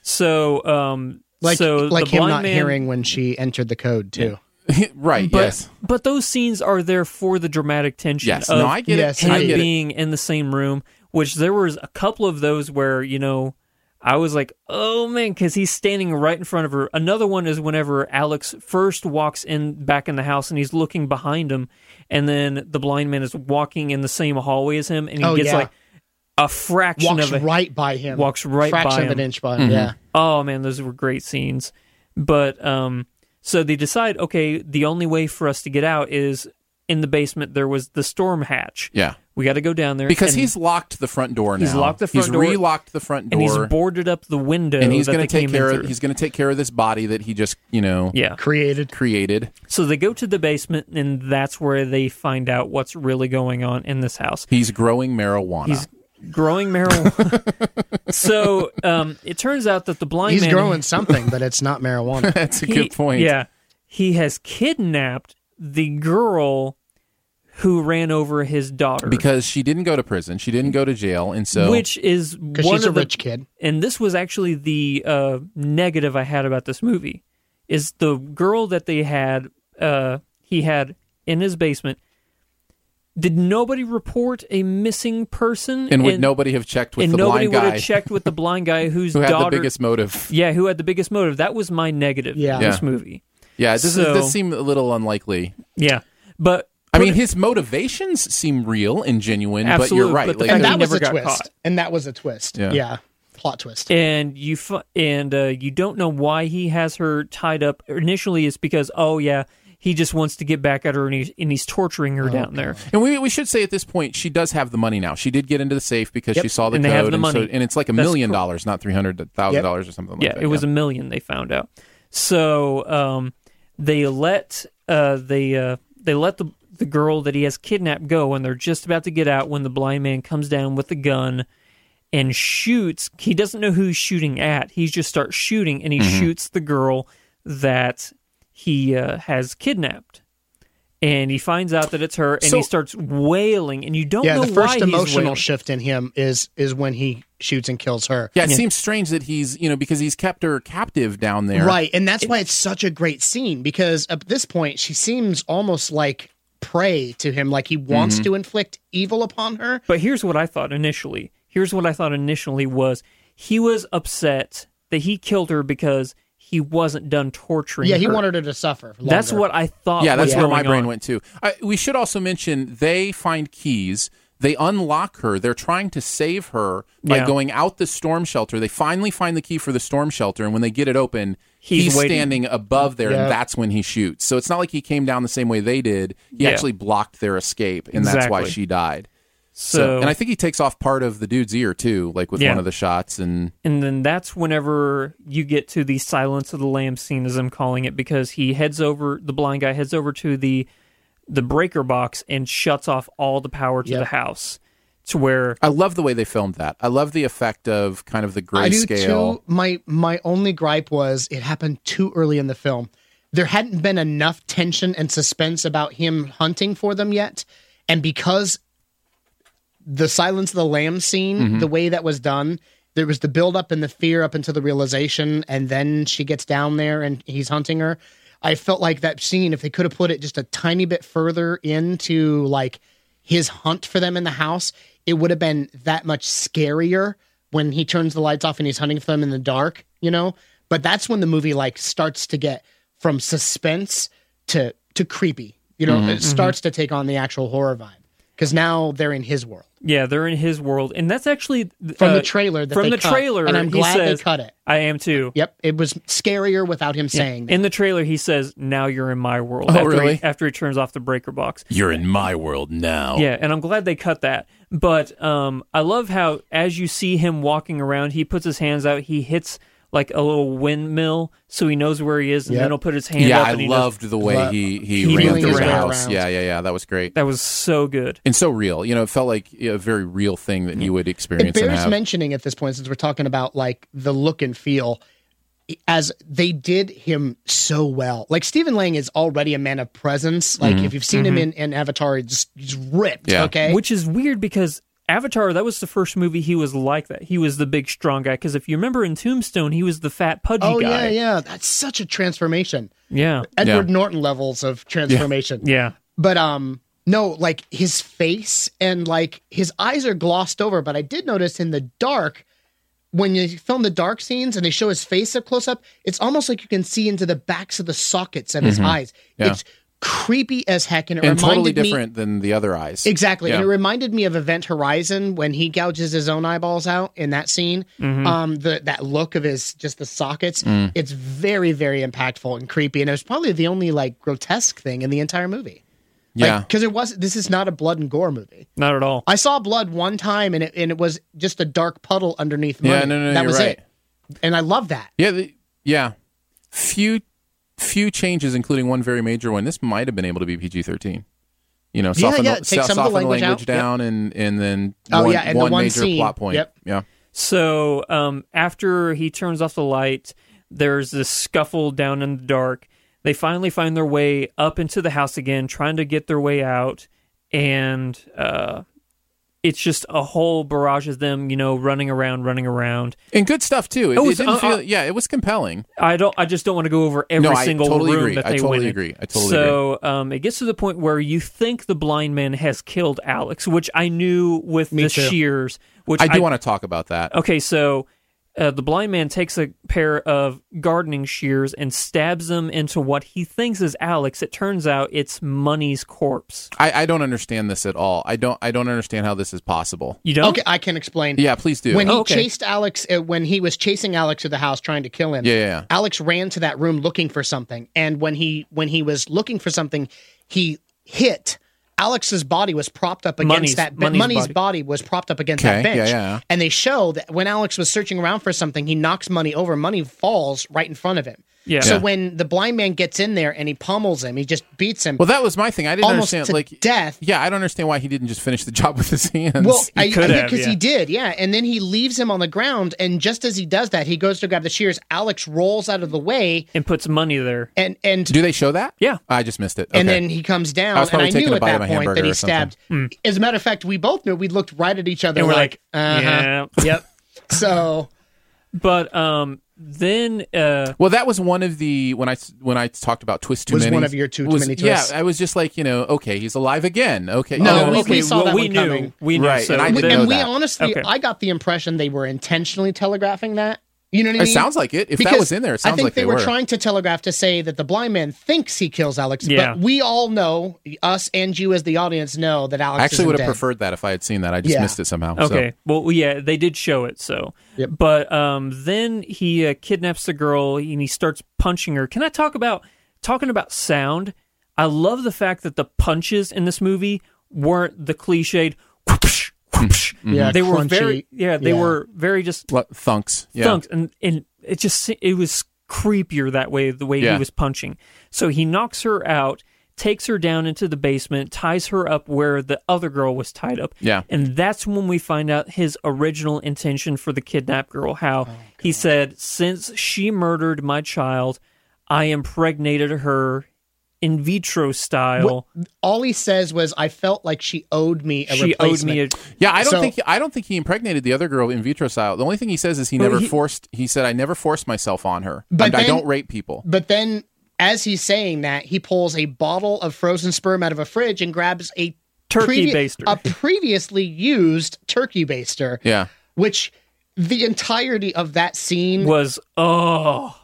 Speaker 4: So, um,
Speaker 3: Like
Speaker 4: so
Speaker 3: like
Speaker 4: the
Speaker 3: him
Speaker 4: blind
Speaker 3: not
Speaker 4: man,
Speaker 3: hearing when she entered the code too.
Speaker 1: right,
Speaker 4: But,
Speaker 1: yes.
Speaker 4: but those scenes are there for the dramatic tension.
Speaker 1: Yes.
Speaker 4: Of
Speaker 1: No, I get
Speaker 3: Yes,
Speaker 1: it.
Speaker 4: him
Speaker 1: I get it.
Speaker 4: being in the same room, which there was a couple of those where, you know, I was like, oh man, because he's standing right in front of her. Another one is whenever Alex first walks in back in the house and he's looking behind him, and then the blind man is walking in the same hallway as him, and he
Speaker 3: Oh,
Speaker 4: gets
Speaker 3: yeah.
Speaker 4: like a fraction
Speaker 3: Walks
Speaker 4: of a
Speaker 3: right by him.
Speaker 4: walks right
Speaker 3: fraction
Speaker 4: by
Speaker 3: of
Speaker 4: him.
Speaker 3: an inch by him. Yeah.
Speaker 4: Oh man, those were great scenes. But um so they decide, okay, the only way for us to get out is in the basement there was the storm hatch.
Speaker 1: Yeah.
Speaker 4: We got to go down there
Speaker 1: Because
Speaker 4: and-
Speaker 1: he's locked the front door now.
Speaker 4: He's locked the front
Speaker 1: he's
Speaker 4: door.
Speaker 1: re-locked the front door.
Speaker 4: and he's boarded up the window
Speaker 1: and he's
Speaker 4: that
Speaker 1: going to
Speaker 4: they
Speaker 1: take
Speaker 4: came
Speaker 1: care
Speaker 4: in
Speaker 1: of
Speaker 4: through.
Speaker 1: he's going to take care of this body that he just you know
Speaker 4: yeah.
Speaker 3: Created.
Speaker 1: created
Speaker 4: So they go to the basement and that's where they find out what's really going on in this house.
Speaker 1: he's growing marijuana
Speaker 4: He's growing marijuana. so um it turns out that the blind
Speaker 3: He's
Speaker 4: man
Speaker 3: growing something, but it's not marijuana.
Speaker 1: that's a
Speaker 4: He-
Speaker 1: good point
Speaker 4: Yeah. He has kidnapped the girl who ran over his daughter.
Speaker 1: because she didn't go to prison she didn't go to jail and so
Speaker 4: which is one
Speaker 3: Because she's a
Speaker 4: of the,
Speaker 3: rich kid.
Speaker 4: And this was actually the uh, negative I had about this movie is the girl that they had uh, he had in his basement. Did nobody report a missing person?
Speaker 1: and would nobody have checked with
Speaker 4: and
Speaker 1: the
Speaker 4: nobody
Speaker 1: blind
Speaker 4: would
Speaker 1: guy
Speaker 4: have checked with the blind guy whose
Speaker 1: who had
Speaker 4: daughter.
Speaker 1: the biggest motive
Speaker 4: yeah, who had the biggest motive? That was my negative.
Speaker 3: Yeah.
Speaker 4: in this
Speaker 1: Yeah.
Speaker 4: movie.
Speaker 1: yeah this is,
Speaker 4: So-
Speaker 1: this seemed a little unlikely
Speaker 4: Yeah, but
Speaker 1: I mean his motivations seem real and genuine but
Speaker 4: Absolutely,
Speaker 1: you're right
Speaker 4: but the
Speaker 1: like,
Speaker 4: fact
Speaker 3: And
Speaker 1: they're-
Speaker 4: that
Speaker 3: that
Speaker 4: he
Speaker 3: was
Speaker 4: never got
Speaker 3: a twist.
Speaker 4: caught.
Speaker 3: And that was a twist.
Speaker 1: Yeah.
Speaker 3: Yeah. Plot twist.
Speaker 4: and you f- and uh, you don't know why he has her tied up initially it's because oh yeah he just wants to get back at her and he's, and he's torturing her down there
Speaker 1: and we, we should say at this point she does have the money now she did get into the safe because she saw the
Speaker 4: And they
Speaker 1: code
Speaker 4: have the
Speaker 1: and,
Speaker 4: money.
Speaker 1: So, and it's like a
Speaker 4: That's
Speaker 1: million
Speaker 4: correct.
Speaker 1: dollars not three hundred thousand dollars or something
Speaker 4: yeah
Speaker 1: like that
Speaker 4: it was a million they found out so um, they let uh, they uh, they let the the girl that he has kidnapped go and they're just about to get out when the blind man comes down with the gun and shoots he doesn't know who he's shooting at he just starts shooting and he shoots the girl that he uh, has kidnapped and he finds out that it's her and
Speaker 1: So-
Speaker 4: he starts wailing and you don't
Speaker 3: Yeah,
Speaker 4: know
Speaker 3: the first
Speaker 4: why he's
Speaker 3: emotional
Speaker 4: wailing.
Speaker 3: shift in him is is when he shoots and kills her.
Speaker 1: Yeah, it seems strange that he's, you know, because he's kept her captive down there.
Speaker 3: Right, and that's why it's such a great scene because at this point she seems almost like prey to him, like he
Speaker 4: Mm-hmm.
Speaker 3: wants to inflict evil upon her.
Speaker 4: But here's what I thought initially. Here's what I thought initially was he was upset that he killed her because he wasn't done torturing.
Speaker 3: Yeah, he
Speaker 4: her.
Speaker 3: wanted her to suffer. Longer.
Speaker 4: That's what I thought.
Speaker 1: Yeah, that's
Speaker 4: was
Speaker 1: where
Speaker 4: Uh, going
Speaker 1: my brain
Speaker 4: on.
Speaker 1: went to. I, we should also mention they find keys. They unlock her. They're trying to save her by
Speaker 4: Yeah.
Speaker 1: going out the storm shelter. They finally find the key for the storm shelter, and when they get it open,
Speaker 4: He's
Speaker 1: he's,
Speaker 4: waiting.
Speaker 1: standing above there,
Speaker 3: Yeah.
Speaker 1: and that's when he shoots. So it's not like he came down the same way they did. He
Speaker 4: Yeah.
Speaker 1: actually blocked their escape, and that's why
Speaker 4: Exactly.
Speaker 1: she died.
Speaker 4: So,
Speaker 1: So, and I think he takes off part of the dude's ear too, like with
Speaker 4: Yeah.
Speaker 1: one of the shots, and
Speaker 4: and then that's whenever you get to the Silence of the Lambs scene, as I'm calling it, because he heads over. The blind guy heads over to the the breaker box and shuts off all the power to the house. To where
Speaker 1: I love the way they filmed that. I love the effect of kind of the
Speaker 3: I do
Speaker 1: grayscale.
Speaker 3: too. My my only gripe was it happened too early in the film. There hadn't been enough tension and suspense about him hunting for them yet, and because the Silence of the Lamb scene, the way that was done, there was the build up and the fear up until the realization, and then she gets down there and he's hunting her. I felt like that scene, if they could have put it just a tiny bit further into like his hunt for them in the house, it would have been that much scarier when he turns the lights off and he's hunting for them in the dark, you know? But that's when the movie like starts to get from suspense to to creepy. You know, it starts to take on the actual horror vibe because now they're in his world.
Speaker 4: Yeah, they're in his world, and that's actually
Speaker 3: From
Speaker 4: uh,
Speaker 3: the trailer that
Speaker 4: from
Speaker 3: they
Speaker 4: the
Speaker 3: cut,
Speaker 4: trailer,
Speaker 3: and I'm
Speaker 4: he
Speaker 3: glad
Speaker 4: says-
Speaker 3: they cut it.
Speaker 4: I am too.
Speaker 3: Yep, it was scarier without him saying that.
Speaker 4: In the trailer, he says, "Now you're in my world."
Speaker 1: Oh,
Speaker 4: after
Speaker 1: really?
Speaker 4: He, after he turns off the breaker box.
Speaker 1: You're in my world now.
Speaker 4: Yeah, and I'm glad they cut that. But um, I love how as you see him walking around, he puts his hands out. He hits like a little windmill, so he knows where he is, and
Speaker 3: Yep.
Speaker 4: then he'll put his hand
Speaker 1: Yeah,
Speaker 4: up.
Speaker 1: I
Speaker 4: and he
Speaker 1: loved
Speaker 4: knows-
Speaker 1: the way
Speaker 3: Lo-
Speaker 1: he he,
Speaker 3: He
Speaker 1: ran
Speaker 3: really
Speaker 1: through
Speaker 3: is
Speaker 1: the
Speaker 3: going
Speaker 1: house.
Speaker 3: around.
Speaker 1: Yeah, yeah, yeah. That was great
Speaker 4: that was so good.
Speaker 1: and so real. You know, it felt like a very real thing that you would
Speaker 3: It
Speaker 1: experience and
Speaker 3: bears
Speaker 1: have.
Speaker 3: mentioning at this point, since we're talking about like the look and feel, as they did him so well. Like Stephen Lang is already a man of presence. Like if you've seen him in, in Avatar, he's just he's ripped.
Speaker 1: Mm-hmm. Yeah.
Speaker 3: Okay,
Speaker 4: Which is weird because Avatar, that was the first movie he was like that. He was the big, strong guy. Because if you remember in Tombstone, he was the fat, pudgy
Speaker 3: oh yeah,
Speaker 4: guy.
Speaker 3: yeah, that's such a transformation.
Speaker 4: yeah.
Speaker 3: Edward
Speaker 1: Yeah.
Speaker 3: Norton levels of transformation.
Speaker 4: Yeah.
Speaker 3: But um, no, like his face and like his eyes are glossed over. But I did notice in the dark. When you film the dark scenes and they show his face up close up, it's almost like you can see into the backs of the sockets of his eyes.
Speaker 1: Mm-hmm. Yeah.
Speaker 3: It's creepy as heck, and it
Speaker 1: and totally
Speaker 3: reminded me
Speaker 1: different than the other eyes.
Speaker 3: Exactly. And
Speaker 1: Yeah.
Speaker 3: it reminded me of Event Horizon when he gouges his own eyeballs out in that scene.
Speaker 1: Mm-hmm.
Speaker 3: Um, the, that look of his, just the sockets,
Speaker 1: Mm.
Speaker 3: it's very, very impactful and creepy. And it was probably the only like grotesque thing in the entire movie.
Speaker 1: Yeah.
Speaker 3: Because it was, this is not a blood and gore movie.
Speaker 4: Not at all.
Speaker 3: I saw blood one time and it, and it was just a dark puddle underneath money.
Speaker 1: Yeah, no, no, no,
Speaker 3: that
Speaker 1: you're
Speaker 3: was
Speaker 1: right.
Speaker 3: it. And I love that.
Speaker 1: yeah. The, yeah. Few few changes, including one very major one. This might have been able to be PG thirteen. You know,
Speaker 3: Yeah,
Speaker 1: soften,
Speaker 3: yeah,
Speaker 1: the,
Speaker 3: take some of the
Speaker 1: soften
Speaker 3: language out. Yep.
Speaker 1: down, and and then
Speaker 3: Oh,
Speaker 1: one
Speaker 3: yeah, and the
Speaker 1: one
Speaker 3: one
Speaker 1: major
Speaker 3: scene.
Speaker 1: plot point.
Speaker 3: Yep.
Speaker 1: Yeah,
Speaker 4: So um, after he turns off the light, there's this scuffle down in the dark. They finally find their way up into the house again, trying to get their way out, and uh, it's just a whole barrage of them, you know, running around, running around.
Speaker 1: and good stuff too. It,
Speaker 4: It
Speaker 1: it
Speaker 4: was,
Speaker 1: didn't
Speaker 4: uh,
Speaker 1: feel,
Speaker 4: uh,
Speaker 1: yeah, it was compelling.
Speaker 4: I don't. I just don't want to go over every
Speaker 1: No, I
Speaker 4: single
Speaker 1: totally
Speaker 4: room
Speaker 1: agree.
Speaker 4: that
Speaker 1: I
Speaker 4: they
Speaker 1: totally
Speaker 4: went in.
Speaker 1: agree. I totally
Speaker 4: so, um, it gets to the point where you think the blind man has killed Alex, which I knew with
Speaker 3: Me
Speaker 4: the
Speaker 3: too.
Speaker 4: shears. Which
Speaker 1: I do
Speaker 4: I
Speaker 1: want to talk about that.
Speaker 4: Okay, so uh, the blind man takes a pair of gardening shears and stabs them into what he thinks is Alex. It turns out it's Money's corpse.
Speaker 1: I, I don't understand this at all. I don't. I don't understand how this is possible.
Speaker 4: You don't?
Speaker 3: Okay, I can explain.
Speaker 1: Yeah, please do.
Speaker 3: When he
Speaker 4: Oh, okay.
Speaker 3: chased Alex, uh, when he was chasing Alex to the house trying to kill him,
Speaker 1: Yeah, yeah, yeah.
Speaker 3: Alex ran to that room looking for something, and when he when he was looking for something, he hit. Alex's body was propped up against
Speaker 4: Money's-
Speaker 3: that.
Speaker 4: Money's
Speaker 3: Money's,
Speaker 4: body.
Speaker 3: body. was propped up against
Speaker 1: Okay,
Speaker 3: that bench,
Speaker 1: yeah, yeah.
Speaker 3: and they show that when Alex was searching around for something, he knocks Money over. Money falls right in front of him.
Speaker 4: Yeah.
Speaker 3: So
Speaker 4: Yeah.
Speaker 3: when the blind man gets in there and he pummels him, he just beats him.
Speaker 1: Well, that was my thing. I didn't
Speaker 3: Almost
Speaker 1: understand.
Speaker 3: to
Speaker 1: like
Speaker 3: death.
Speaker 1: Yeah, I don't understand why he didn't just finish the job with his hands.
Speaker 3: Well, I,
Speaker 4: could
Speaker 3: I think
Speaker 4: have,
Speaker 3: because
Speaker 4: yeah.
Speaker 3: he did, yeah. And then he leaves him on the ground, and just as he does that, he goes to grab the shears. Alex rolls out of the way,
Speaker 4: And puts money there.
Speaker 3: and and
Speaker 1: do they show that?
Speaker 4: Yeah.
Speaker 1: I just missed it.
Speaker 3: and
Speaker 1: Okay.
Speaker 3: then he comes down.
Speaker 1: I was
Speaker 3: and
Speaker 1: probably
Speaker 3: I
Speaker 1: taking
Speaker 3: knew
Speaker 1: a
Speaker 3: at
Speaker 1: bite of
Speaker 3: that
Speaker 1: a
Speaker 3: point that
Speaker 1: hamburger or
Speaker 3: he stabbed. As a matter of fact, we both knew. We looked right at each other,
Speaker 4: Hmm. And we're
Speaker 3: like,
Speaker 4: like,
Speaker 3: uh-huh.
Speaker 4: yeah.
Speaker 3: yep. So
Speaker 4: But um, then uh,
Speaker 1: well, that was one of the when I s- when I talked about twist too
Speaker 3: Was
Speaker 1: many.
Speaker 3: one of your two too
Speaker 1: was-
Speaker 3: many twists.
Speaker 1: Yeah, I was just like you know, okay, he's alive again. Okay, Oh,
Speaker 3: No,
Speaker 1: you know,
Speaker 3: we-
Speaker 1: okay.
Speaker 3: we saw
Speaker 4: well,
Speaker 3: that
Speaker 4: we
Speaker 3: one
Speaker 4: knew.
Speaker 3: coming.
Speaker 4: We knew.
Speaker 1: Right,
Speaker 4: so
Speaker 1: and I
Speaker 3: we,
Speaker 1: didn't
Speaker 4: then-
Speaker 1: know
Speaker 3: and we
Speaker 1: that.
Speaker 3: honestly,
Speaker 4: Okay.
Speaker 3: I got the impression they were intentionally telegraphing that. You know what I
Speaker 1: It
Speaker 3: mean?
Speaker 1: sounds like it. If that
Speaker 3: Because
Speaker 1: was in there, it sounds
Speaker 3: I think
Speaker 1: like
Speaker 3: they,
Speaker 1: they
Speaker 3: were,
Speaker 1: were.
Speaker 3: trying to telegraph to say that the blind man thinks he kills Alex,
Speaker 4: Yeah.
Speaker 3: but we all know, us and you as the audience know that Alex.
Speaker 1: I actually
Speaker 3: isn't
Speaker 1: would have
Speaker 3: dead.
Speaker 1: preferred that if I had seen that. I just
Speaker 3: Yeah.
Speaker 1: missed it somehow. so.
Speaker 4: Okay. Well, yeah, they did show it. So,
Speaker 3: Yep.
Speaker 4: but um, then he uh, kidnaps the girl and he starts punching her. Can I talk about talking about sound? I love the fact that the punches in this movie weren't the cliched. Whoopsh, whoopsh.
Speaker 3: Yeah,
Speaker 4: they were
Speaker 3: crunchy.
Speaker 4: very yeah. They
Speaker 3: Yeah.
Speaker 4: were very just
Speaker 1: Lo- thunks. Yeah.
Speaker 4: thunks, and and it just se- it was creepier that way. The way
Speaker 1: Yeah.
Speaker 4: he was punching. So he knocks her out. Takes her down into the basement, ties her up where the other girl was tied up.
Speaker 1: Yeah.
Speaker 4: And that's when we find out his original intention for the kidnap girl.
Speaker 3: Oh,
Speaker 4: How he said, Since she murdered my child, I impregnated her in vitro style.
Speaker 3: All he says was, "I felt like she owed me a
Speaker 4: she owed
Speaker 3: replacement."
Speaker 4: me a.
Speaker 1: Yeah, I don't
Speaker 3: So-
Speaker 1: think I don't think he impregnated the other girl in vitro style. The only thing he says is he
Speaker 4: Well,
Speaker 1: never
Speaker 4: he-
Speaker 1: forced. He said I never forced myself on her.
Speaker 3: But
Speaker 1: I, I
Speaker 3: then-
Speaker 1: don't rape people.
Speaker 3: But then, as he's saying that, he pulls a bottle of frozen sperm out of a fridge and grabs a
Speaker 4: turkey
Speaker 3: previ-
Speaker 4: baster.
Speaker 3: a previously used turkey baster,
Speaker 1: Yeah.
Speaker 3: which the entirety of that scene
Speaker 4: was
Speaker 3: was
Speaker 4: oh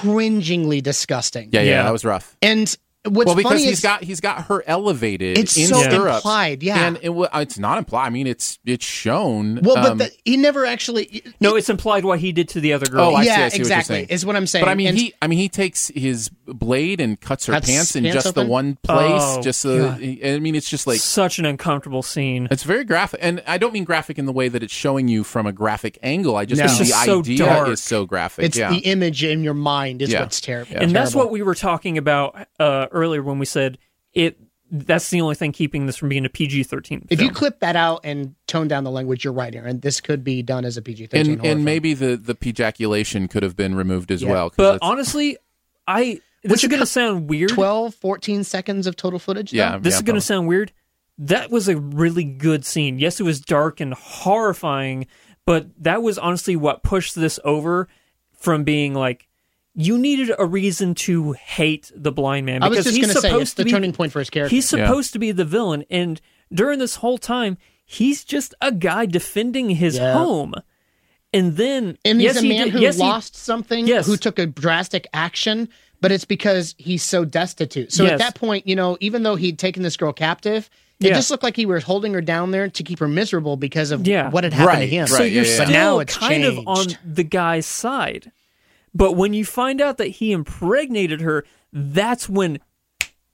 Speaker 3: cringingly disgusting.
Speaker 1: Yeah, yeah,
Speaker 4: Yeah.
Speaker 1: that was rough.
Speaker 3: And what's
Speaker 1: well, because
Speaker 3: funny
Speaker 1: he's
Speaker 3: is
Speaker 1: got he's got her elevated.
Speaker 3: it's
Speaker 1: in
Speaker 3: so
Speaker 1: stirrups.
Speaker 3: implied. Yeah.
Speaker 1: and it, wa- it's not implied. I mean, it's it's shown.
Speaker 3: well, but
Speaker 1: um,
Speaker 3: the, he never actually.
Speaker 4: no, it's implied what he did to the other girl.
Speaker 1: Oh, I see,
Speaker 3: yeah,
Speaker 1: see what you're
Speaker 3: exactly.
Speaker 1: saying.
Speaker 3: Is what I'm saying.
Speaker 1: But I mean,
Speaker 3: And-
Speaker 1: he I mean he takes his blade and cuts her
Speaker 3: Cuts
Speaker 1: pants in
Speaker 3: pants
Speaker 1: just
Speaker 3: open?
Speaker 1: the one place.
Speaker 4: Oh,
Speaker 1: just so I mean, it's just like
Speaker 4: Such an uncomfortable scene.
Speaker 1: it's very graphic, and I don't mean graphic in the way that it's showing you from a graphic angle. I just
Speaker 3: No.
Speaker 1: mean
Speaker 3: It's
Speaker 1: the
Speaker 4: just so
Speaker 1: idea
Speaker 4: dark.
Speaker 1: is so graphic.
Speaker 3: it's
Speaker 1: yeah,
Speaker 3: the image in your mind is
Speaker 1: Yeah.
Speaker 3: what's terrible.
Speaker 1: Yeah.
Speaker 4: and that's what we were talking about uh, earlier when we said it. That's the only thing keeping this from being a PG thirteen.
Speaker 3: If you clip that out and tone down the language, you're right, Aaron. This could be done as a PG-13
Speaker 1: and
Speaker 3: horror film.
Speaker 1: and maybe the the ejaculation could have been removed as
Speaker 3: Yeah.
Speaker 1: well. 'cause
Speaker 4: but
Speaker 1: it's-
Speaker 4: honestly, I this is going to sound weird.
Speaker 3: 12, 14 seconds of total footage. though?
Speaker 1: yeah,
Speaker 4: this
Speaker 1: yeah,
Speaker 4: is going
Speaker 1: probably.
Speaker 4: to sound weird. That was a really good scene. Yes, it was dark and horrifying, but that was honestly what pushed this over from being like you needed a reason to hate the blind man
Speaker 3: I
Speaker 4: because
Speaker 3: was just
Speaker 4: he's
Speaker 3: going to
Speaker 4: supposed
Speaker 3: say it's
Speaker 4: to
Speaker 3: the
Speaker 4: be
Speaker 3: turning point for his character.
Speaker 4: he's
Speaker 1: Yeah.
Speaker 4: supposed to be the villain and during this whole time he's just a guy defending his
Speaker 3: Yeah.
Speaker 4: home. And then
Speaker 3: and
Speaker 4: yes,
Speaker 3: he's a
Speaker 4: he
Speaker 3: man
Speaker 4: did-
Speaker 3: who
Speaker 4: yes, he-
Speaker 3: lost something,
Speaker 4: Yes.
Speaker 3: who took a drastic action, but it's because he's so destitute. So
Speaker 4: Yes.
Speaker 3: at that point, you know, even though he'd taken this girl captive, it
Speaker 4: Yeah.
Speaker 3: just looked like he was holding her down there to keep her miserable because of
Speaker 4: Yeah.
Speaker 3: what had happened to
Speaker 1: Right,
Speaker 3: him.
Speaker 1: right, So yeah, you're yeah, yeah.
Speaker 3: But
Speaker 4: still
Speaker 3: now it's
Speaker 4: kind
Speaker 3: changed.
Speaker 4: of on the guy's side. But when you find out that he impregnated her, that's when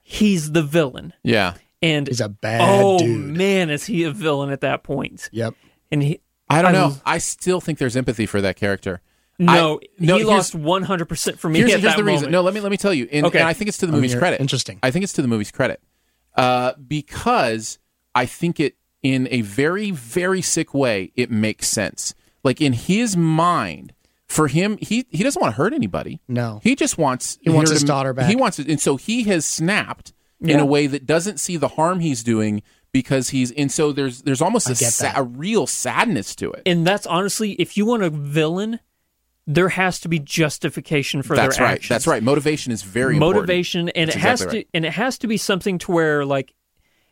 Speaker 4: he's the villain.
Speaker 1: yeah.
Speaker 4: And
Speaker 3: He's a bad
Speaker 4: oh
Speaker 3: dude.
Speaker 4: man, is he a villain at that point?
Speaker 3: Yep.
Speaker 4: And he
Speaker 1: I don't
Speaker 4: I
Speaker 1: know.
Speaker 4: was-
Speaker 1: I still think there's empathy for that character.
Speaker 4: no,
Speaker 1: I, no
Speaker 4: he
Speaker 1: here's-
Speaker 4: lost one hundred percent for me.
Speaker 1: Here's,
Speaker 4: at
Speaker 1: here's
Speaker 4: that
Speaker 1: the reason.
Speaker 4: moment.
Speaker 1: No, let me let me tell you. And,
Speaker 4: Okay.
Speaker 1: and I think it's to the movie's
Speaker 3: Oh, you're-
Speaker 1: credit.
Speaker 3: interesting.
Speaker 1: I think it's to the movie's credit uh, because I think it in a very very sick way it makes sense. Like in his mind, for him, he he doesn't want to hurt anybody.
Speaker 3: No.
Speaker 1: he just wants
Speaker 3: He wants
Speaker 1: her
Speaker 3: his
Speaker 1: to-
Speaker 3: daughter back.
Speaker 1: He wants it, and so he has snapped in
Speaker 4: Yeah.
Speaker 1: a way that doesn't see the harm he's doing because he's and so there's there's almost a,
Speaker 3: get
Speaker 1: sa-
Speaker 3: that.
Speaker 1: a real sadness to it.
Speaker 4: And that's honestly, if you want a villain, there has to be justification for
Speaker 1: That's
Speaker 4: their
Speaker 1: right.
Speaker 4: actions.
Speaker 1: That's right. Motivation is very important.
Speaker 4: motivation and
Speaker 1: That's
Speaker 4: it has
Speaker 1: exactly
Speaker 4: to and it has to be something to where like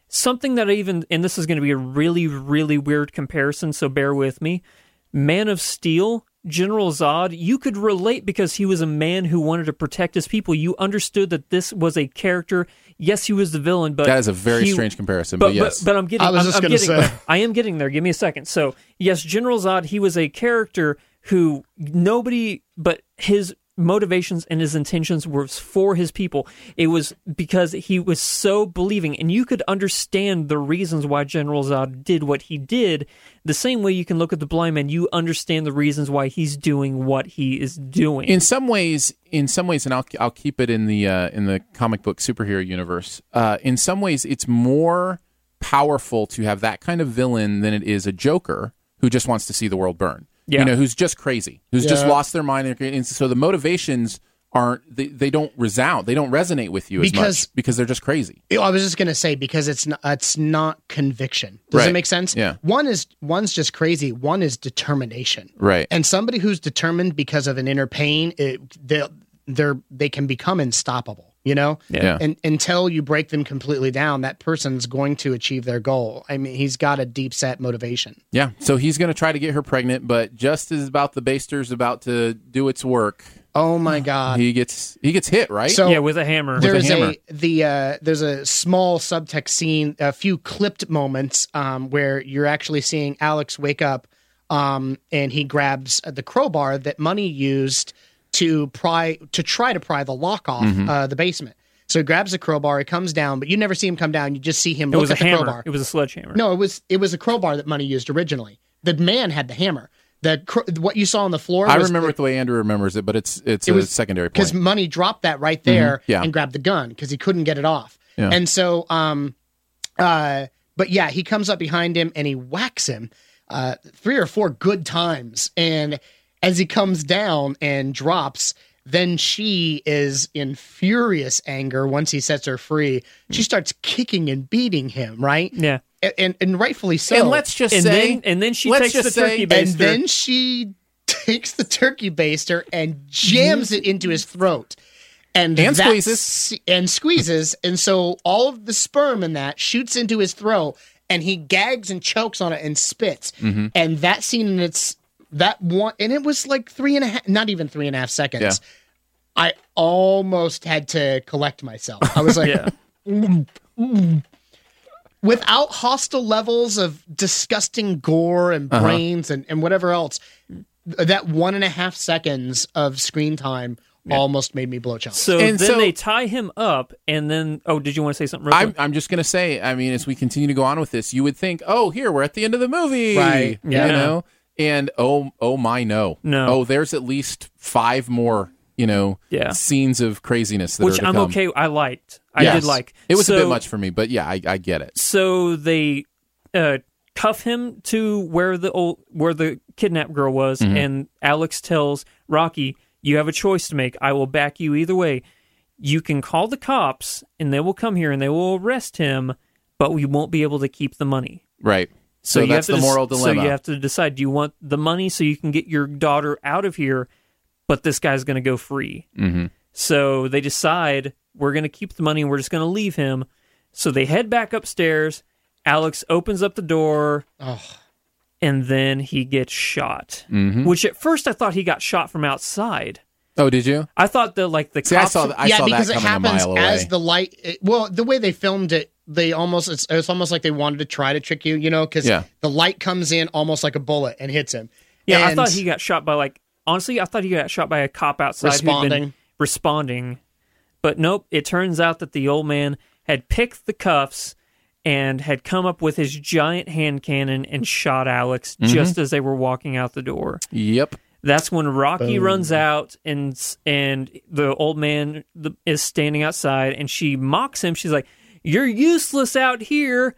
Speaker 4: something that I even and this is going to be a really really weird comparison so bear with me man of steel general zod you could relate because he was a man who wanted to protect his people you understood that this was a character yes he was the villain but
Speaker 1: That is a very
Speaker 4: he-
Speaker 1: strange comparison, but,
Speaker 4: but,
Speaker 1: yes.
Speaker 4: but, I'm getting.
Speaker 3: I was
Speaker 4: I'm-
Speaker 3: just
Speaker 4: I'm
Speaker 3: gonna
Speaker 4: getting-
Speaker 3: say.
Speaker 4: I am getting there. Give me a second. So yes, General Zod. He was a character who nobody, but his motivations and his intentions were for his people. It was because he was so believing, and you could understand the reasons why General Zod did what he did. The same way you can look at the blind man, you understand the reasons why he's doing what he is doing.
Speaker 1: in some ways in some ways and I'll, I'll keep it in the uh, in the comic book superhero universe uh, in some ways it's more powerful to have that kind of villain than it is a joker who just wants to see the world burn
Speaker 4: Yeah.
Speaker 1: you know who's just crazy who's just
Speaker 3: Yeah.
Speaker 1: lost their mind and, and so the motivations aren't they, they don't resound they don't resonate with you as
Speaker 3: Because-
Speaker 1: much because they're just crazy
Speaker 3: I was just gonna say because it's not, it's not conviction. Does
Speaker 1: Right.
Speaker 3: it make sense?
Speaker 1: Yeah.
Speaker 3: One is one's just crazy. One is determination.
Speaker 1: right
Speaker 3: And somebody who's determined because of an inner pain, it, they they're they can become unstoppable. You know.
Speaker 1: Yeah.
Speaker 3: And until you break them completely down, that person's going to achieve their goal. I mean, he's got a deep set motivation.
Speaker 1: yeah so he's going to try to get her pregnant but just as about the baster's about to do its work
Speaker 3: Oh my God.
Speaker 1: he gets he gets hit right
Speaker 3: So
Speaker 4: yeah, with a hammer.
Speaker 3: there is
Speaker 1: hammer.
Speaker 3: a the uh, there's a small subtext scene, a few clipped moments um, where you're actually seeing Alex wake up, um, and he grabs uh, the crowbar that Money used to pry to try to pry the lock off
Speaker 4: Mm-hmm.
Speaker 3: uh, the basement. So he grabs the crowbar, he comes down, but you never see him come down. You just see him
Speaker 4: it
Speaker 3: look
Speaker 4: was a
Speaker 3: at the
Speaker 4: hammer.
Speaker 3: crowbar.
Speaker 4: It was a sledgehammer.
Speaker 3: No, it was it was a crowbar that Money used originally. The man had the hammer. The cro- what you saw on the floor.
Speaker 1: I
Speaker 3: was
Speaker 1: remember it the way Andrew remembers it, but it's it's a secondary
Speaker 3: because
Speaker 1: point. Mm-hmm.
Speaker 3: money dropped that right there
Speaker 1: Yeah.
Speaker 3: and grabbed the gun because he couldn't get it off
Speaker 1: Yeah.
Speaker 3: and so um uh but yeah he comes up behind him and he whacks him uh three or four good times and as he comes down and drops then she is in furious anger once he sets her free she starts kicking and beating him right
Speaker 4: Yeah.
Speaker 3: and and, and rightfully so
Speaker 1: and let's just
Speaker 4: And
Speaker 1: say,
Speaker 4: then- and then she
Speaker 1: let's
Speaker 4: takes
Speaker 1: just
Speaker 4: the
Speaker 1: say-
Speaker 4: turkey
Speaker 3: and
Speaker 4: baster.
Speaker 3: then she takes the turkey baster and jams it into his throat. and
Speaker 1: And
Speaker 3: that
Speaker 1: squeezes.
Speaker 3: se- and squeezes, and so all of the sperm in that shoots into his throat, and he gags and chokes on it and spits.
Speaker 1: Mm-hmm.
Speaker 3: And that scene, and it's that one, and it was like three and a half, not even three and a half seconds.
Speaker 1: Yeah.
Speaker 3: I almost had to collect myself. I was like, without hostile levels of disgusting gore and
Speaker 1: Uh-huh.
Speaker 3: brains and, and whatever else, th- that one and a half seconds of screen time almost made me blow chunks.
Speaker 4: So
Speaker 1: And
Speaker 4: then
Speaker 1: so-
Speaker 4: they tie him up, and then oh, did you want to say something? Real
Speaker 1: I'm,
Speaker 4: quick?
Speaker 1: I'm just gonna say. I mean, as we continue to go on with this, you would think, oh, here we're at the end of the movie,
Speaker 3: Right.
Speaker 1: You
Speaker 3: Yeah.
Speaker 1: know, and oh, oh my, no,
Speaker 4: No.
Speaker 1: Oh, there's at least five more, you know,
Speaker 4: Yeah.
Speaker 1: scenes of craziness that are
Speaker 4: Which
Speaker 1: to
Speaker 4: I'm
Speaker 1: come.
Speaker 4: okay. I liked. I
Speaker 1: Yes.
Speaker 4: did like.
Speaker 1: It was a bit
Speaker 4: So-
Speaker 1: much for me, but yeah, I, I get it.
Speaker 4: So they uh, cuff him to where the old where the kidnapped girl was,
Speaker 1: Mm-hmm.
Speaker 4: and Alex tells Rocky, "You have a choice to make. I will back you either way. You can call the cops, and they will come here and they will arrest him, but we won't be able to keep the money."
Speaker 1: Right. So,
Speaker 4: you
Speaker 1: that's
Speaker 4: have
Speaker 1: the
Speaker 4: to
Speaker 1: moral
Speaker 4: dec-
Speaker 1: dilemma.
Speaker 4: So you have to decide: do you want the money so you can get your daughter out of here, but this guy's going to go free?
Speaker 1: Mm-hmm.
Speaker 4: So they decide we're going to keep the money and we're just going to leave him. So they head back upstairs. Alex opens up the door, and then he gets shot.
Speaker 1: Mm-hmm.
Speaker 4: Which at first I thought he got shot from outside.
Speaker 1: oh, did you?
Speaker 4: I thought that like the
Speaker 1: See, I
Speaker 4: cops.
Speaker 1: saw, th- I
Speaker 3: yeah,
Speaker 1: saw that
Speaker 3: because
Speaker 1: coming
Speaker 3: it happens
Speaker 1: a mile away.
Speaker 3: as the light. It, well, the way they filmed it, they almost it's, it's almost like they wanted to try to trick you, you know, because
Speaker 1: Yeah.
Speaker 3: the light comes in almost like a bullet and hits him.
Speaker 4: yeah, I
Speaker 3: And-
Speaker 4: thought he got shot by like honestly, I thought he got shot by a cop outside who'd been
Speaker 3: Responding.
Speaker 4: responding. But nope, it turns out that the old man had picked the cuffs and had come up with his giant hand cannon and shot Alex
Speaker 3: Mm-hmm.
Speaker 4: just as they were walking out the door.
Speaker 1: yep.
Speaker 4: That's when Rocky runs out and s- and the old man the, is standing outside and she mocks him. She's like, "You're useless out here."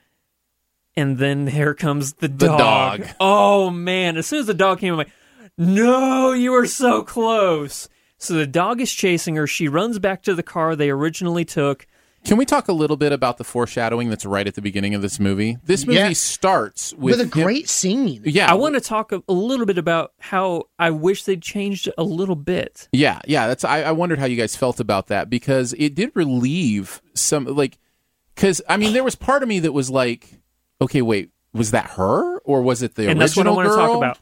Speaker 4: And then here comes the dog.
Speaker 1: dog.
Speaker 4: Oh man! As soon as the dog came, I'm like, "No, you were so close." So the dog is chasing her. She runs back to the car they originally took.
Speaker 1: Can we talk a little bit about the foreshadowing that's right at the beginning of this movie? This movie
Speaker 3: Yeah.
Speaker 1: starts
Speaker 3: with,
Speaker 1: with,
Speaker 3: a
Speaker 1: him-
Speaker 3: great scene.
Speaker 1: yeah,
Speaker 4: I want to talk a, a little bit about how I wish they'd changed it a little bit.
Speaker 1: Yeah, yeah. That's I, I wondered how you guys felt about that because it did relieve some like because I mean there was part of me that was like, okay, wait, was that her or was it the
Speaker 4: and that's what I
Speaker 1: original
Speaker 4: want to talk
Speaker 1: girl?
Speaker 4: about.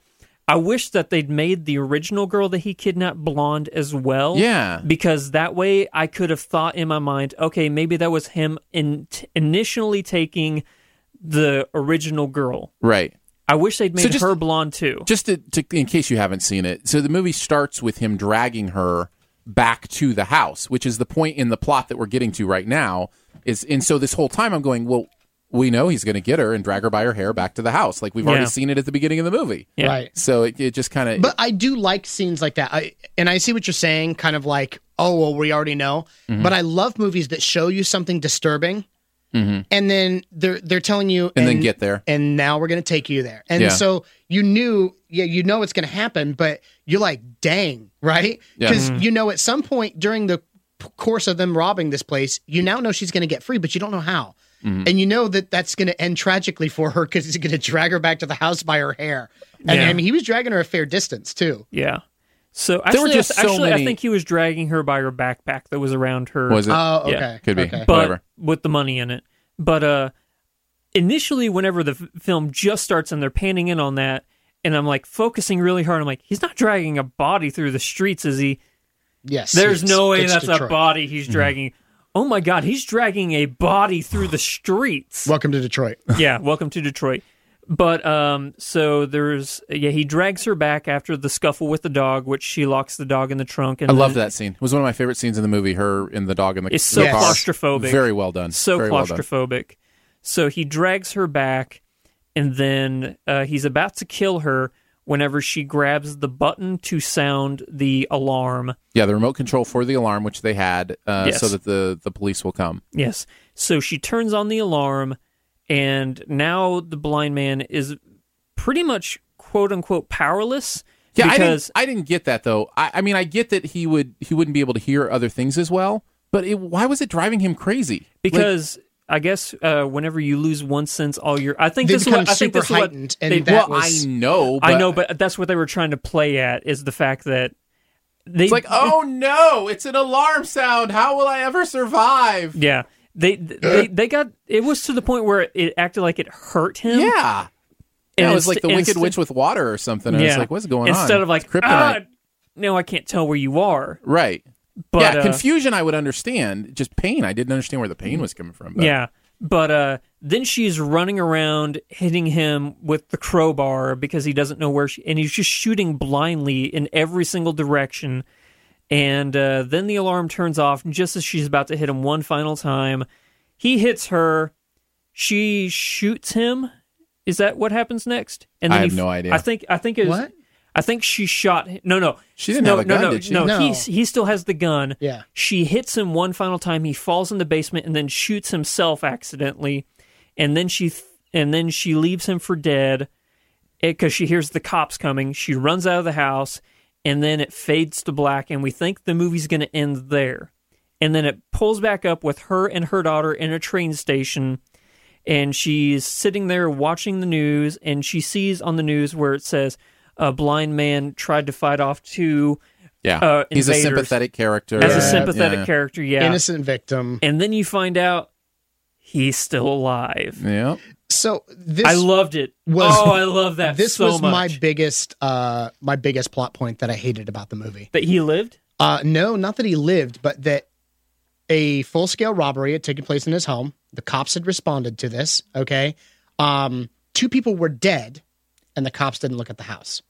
Speaker 4: I wish that they'd made the original girl that he kidnapped blonde as well.
Speaker 1: Yeah.
Speaker 4: Because that way I could have thought in my mind, okay, maybe that was him in- initially taking the original girl.
Speaker 1: Right.
Speaker 4: I wish they'd made
Speaker 1: So just-
Speaker 4: her blonde too.
Speaker 1: Just to, to in case you haven't seen it, so the movie starts with him dragging her back to the house, which is the point in the plot that we're getting to right now. Is and so this whole time I'm going, well, we know he's going to get her and drag her by her hair back to the house, like we've
Speaker 4: Yeah.
Speaker 1: already seen it at the beginning of the movie.
Speaker 4: Yeah.
Speaker 3: Right.
Speaker 1: So it, it just kind of
Speaker 3: But I do like scenes like that. I and I see what you're saying, kind of like, oh well, we already know.
Speaker 1: Mm-hmm.
Speaker 3: But I love movies that show you something disturbing, and then they're they're telling you,
Speaker 1: Mm-hmm. And then get there.
Speaker 3: and now we're gonna take you there. And
Speaker 1: Yeah.
Speaker 3: so you knew, yeah, you know it's gonna happen, but you're like, dang, right?
Speaker 1: Yeah. Mm-hmm.
Speaker 3: Because you know at some point during the p- course of them robbing this place, you now know she's gonna get free, but you don't know how.
Speaker 1: Mm-hmm.
Speaker 3: And you know that that's going to end tragically for her because he's going to drag her back to the house by her hair. And
Speaker 4: Yeah.
Speaker 3: I mean, he was dragging her a fair distance too.
Speaker 4: Yeah. So actually,
Speaker 1: There were just so
Speaker 4: actually I
Speaker 1: many-
Speaker 4: think he was dragging her by her backpack that was around her.
Speaker 1: was it
Speaker 3: Oh, okay.
Speaker 4: Yeah,
Speaker 1: Uh, could be
Speaker 3: Okay.
Speaker 4: but
Speaker 1: whatever.
Speaker 4: with the money in it. But uh, initially, whenever the f- film just starts and they're panning in on that, and I'm like focusing really hard, I'm like, he's not dragging a body through the streets, is he?
Speaker 3: Yes.
Speaker 4: There's
Speaker 3: it's-
Speaker 4: no way
Speaker 3: it's
Speaker 4: that's a
Speaker 3: Detroit. Mm-hmm.
Speaker 4: body he's dragging. Oh my God, he's dragging a body through the streets.
Speaker 3: Welcome to Detroit.
Speaker 4: yeah, welcome to Detroit. But um, so there's yeah, he drags her back after the scuffle with the dog, which she locks the dog in the trunk. And
Speaker 1: I love
Speaker 4: then-
Speaker 1: that scene. It was one of my favorite scenes in the movie. Her and the dog in the
Speaker 4: It's so
Speaker 1: the car.
Speaker 4: claustrophobic.
Speaker 1: Very well done.
Speaker 4: so
Speaker 1: Very well done.
Speaker 4: claustrophobic. so he drags her back, and then uh, he's about to kill her whenever she grabs the button to sound the alarm.
Speaker 1: Yeah, the remote control for the alarm, which they had, uh,
Speaker 4: Yes.
Speaker 1: so that the the police will come.
Speaker 4: Yes. So she turns on the alarm, and now the blind man is pretty much quote unquote powerless.
Speaker 1: Yeah,
Speaker 4: because
Speaker 1: I didn't. I didn't get that though. I, I mean, I get that he would he wouldn't be able to hear other things as well. But it, why was it driving him crazy? Like,
Speaker 4: because I guess uh, whenever you lose one sense, all your I think
Speaker 3: They
Speaker 4: this is what
Speaker 3: become
Speaker 4: I think
Speaker 3: super
Speaker 4: this is what
Speaker 3: heightened, and
Speaker 4: they-
Speaker 3: that
Speaker 1: well,
Speaker 3: was-
Speaker 1: I know. But,
Speaker 4: I know, but that's what they were trying to play at is the fact that They,
Speaker 1: It's like, oh no, it's an alarm sound. How will I ever survive?
Speaker 4: yeah, they, they they got it was to the point where it acted like it hurt him.
Speaker 1: Yeah.
Speaker 4: And
Speaker 1: yeah, it was like
Speaker 4: inst-
Speaker 1: the Wicked
Speaker 4: inst-
Speaker 1: Witch with water or something. I was like, what's going
Speaker 4: Instead
Speaker 1: on?
Speaker 4: Instead of like,
Speaker 1: It's kryptonite.
Speaker 4: ah, no, I can't tell where you are.
Speaker 1: right.
Speaker 4: But
Speaker 1: yeah,
Speaker 4: uh,
Speaker 1: confusion I would understand. Just pain. I didn't understand where the pain was coming from. But
Speaker 4: yeah, but uh, then she's running around hitting him with the crowbar because he doesn't know where she, and he's just shooting blindly in every single direction. And uh, then the alarm turns off just as she's about to hit him one final time. He hits her. She shoots him. Is that what happens next? And
Speaker 1: I
Speaker 4: he
Speaker 1: have
Speaker 4: f-
Speaker 1: no idea.
Speaker 4: I think I think it was,
Speaker 3: What?
Speaker 4: I think she shot. hi- No, no,
Speaker 1: She didn't
Speaker 4: no,
Speaker 1: have a
Speaker 4: no,
Speaker 1: gun,
Speaker 4: no,
Speaker 1: did she?
Speaker 4: No,
Speaker 3: No.
Speaker 4: He, he still has the gun.
Speaker 3: Yeah.
Speaker 4: She hits him one final time. He falls in the basement and then shoots himself accidentally, and then she th- and then she leaves him for dead because she hears the cops coming. She runs out of the house, and then it fades to black, and we think the movie's going to end there. And then it pulls back up with her and her daughter in a train station, and she's sitting there watching the news, and she sees on the news where it says a blind man tried to fight off two
Speaker 1: yeah.
Speaker 4: Uh,
Speaker 1: He's a
Speaker 4: invaders.
Speaker 1: sympathetic character.
Speaker 4: as
Speaker 3: Yeah.
Speaker 4: a sympathetic
Speaker 1: Yeah.
Speaker 4: character, yeah.
Speaker 3: Innocent victim.
Speaker 4: And then you find out he's still alive.
Speaker 1: Yeah.
Speaker 3: So this
Speaker 4: I loved it.
Speaker 3: was-
Speaker 4: oh, I love that
Speaker 3: this
Speaker 4: so
Speaker 3: was
Speaker 4: much.
Speaker 3: my biggest uh my biggest plot point that I hated about the movie.
Speaker 4: that he lived.
Speaker 3: Uh no, not that he lived, but that a full-scale robbery had taken place in his home. The cops had responded to this, okay? Um two people were dead and the cops didn't look at the house.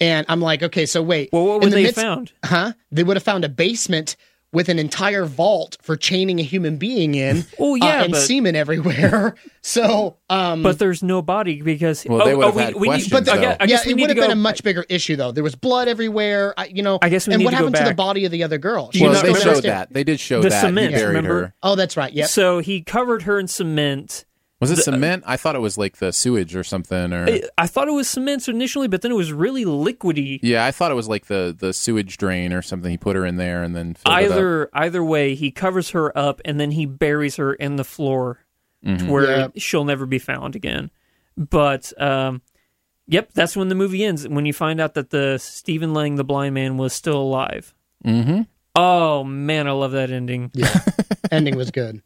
Speaker 3: And I'm like, okay, so wait.
Speaker 4: Well, what
Speaker 3: in
Speaker 4: would
Speaker 3: the
Speaker 4: they
Speaker 3: midst-
Speaker 4: found?
Speaker 3: Huh? They would have found a basement with an entire vault for chaining a human being in.
Speaker 4: Oh,
Speaker 3: uh,
Speaker 4: yeah,
Speaker 3: and
Speaker 4: but-
Speaker 3: semen everywhere. so, um,
Speaker 4: But there's no body because
Speaker 1: Well,
Speaker 4: oh,
Speaker 1: they would
Speaker 4: oh,
Speaker 1: have
Speaker 4: we,
Speaker 1: had
Speaker 4: we need,
Speaker 1: questions,
Speaker 4: I guess,
Speaker 1: though.
Speaker 4: I guess
Speaker 3: yeah,
Speaker 4: we
Speaker 3: it
Speaker 4: need
Speaker 3: would
Speaker 4: to
Speaker 3: have
Speaker 4: go,
Speaker 3: been a much bigger issue though. There was blood everywhere. I, you know,
Speaker 4: I guess we
Speaker 3: and
Speaker 4: need
Speaker 3: what
Speaker 4: to go
Speaker 3: happened to the
Speaker 4: back.
Speaker 3: body of the other girl? She
Speaker 4: you
Speaker 1: Well,
Speaker 3: was
Speaker 4: not
Speaker 1: they
Speaker 3: still
Speaker 1: showed
Speaker 3: listed.
Speaker 1: that. They did show
Speaker 4: The
Speaker 1: that.
Speaker 4: cement,
Speaker 1: he buried
Speaker 4: remember?
Speaker 1: her.
Speaker 3: Oh, that's right. Yep.
Speaker 4: So he covered her in cement.
Speaker 1: Was it cement? I thought it was like the sewage or something. Or
Speaker 4: I- I thought it was cement initially, but then it was really liquidy.
Speaker 1: yeah, I thought it was like the the sewage drain or something. He put her in there and then filled it up.
Speaker 4: Either either way, he covers her up and then he buries her in the floor to where
Speaker 3: Yeah.
Speaker 4: she'll never be found again. But um, yep, that's when the movie ends. When you find out that the Stephen Lang, the blind man, was still alive. Mm-hmm. Oh man, I love that ending.
Speaker 3: ending was good.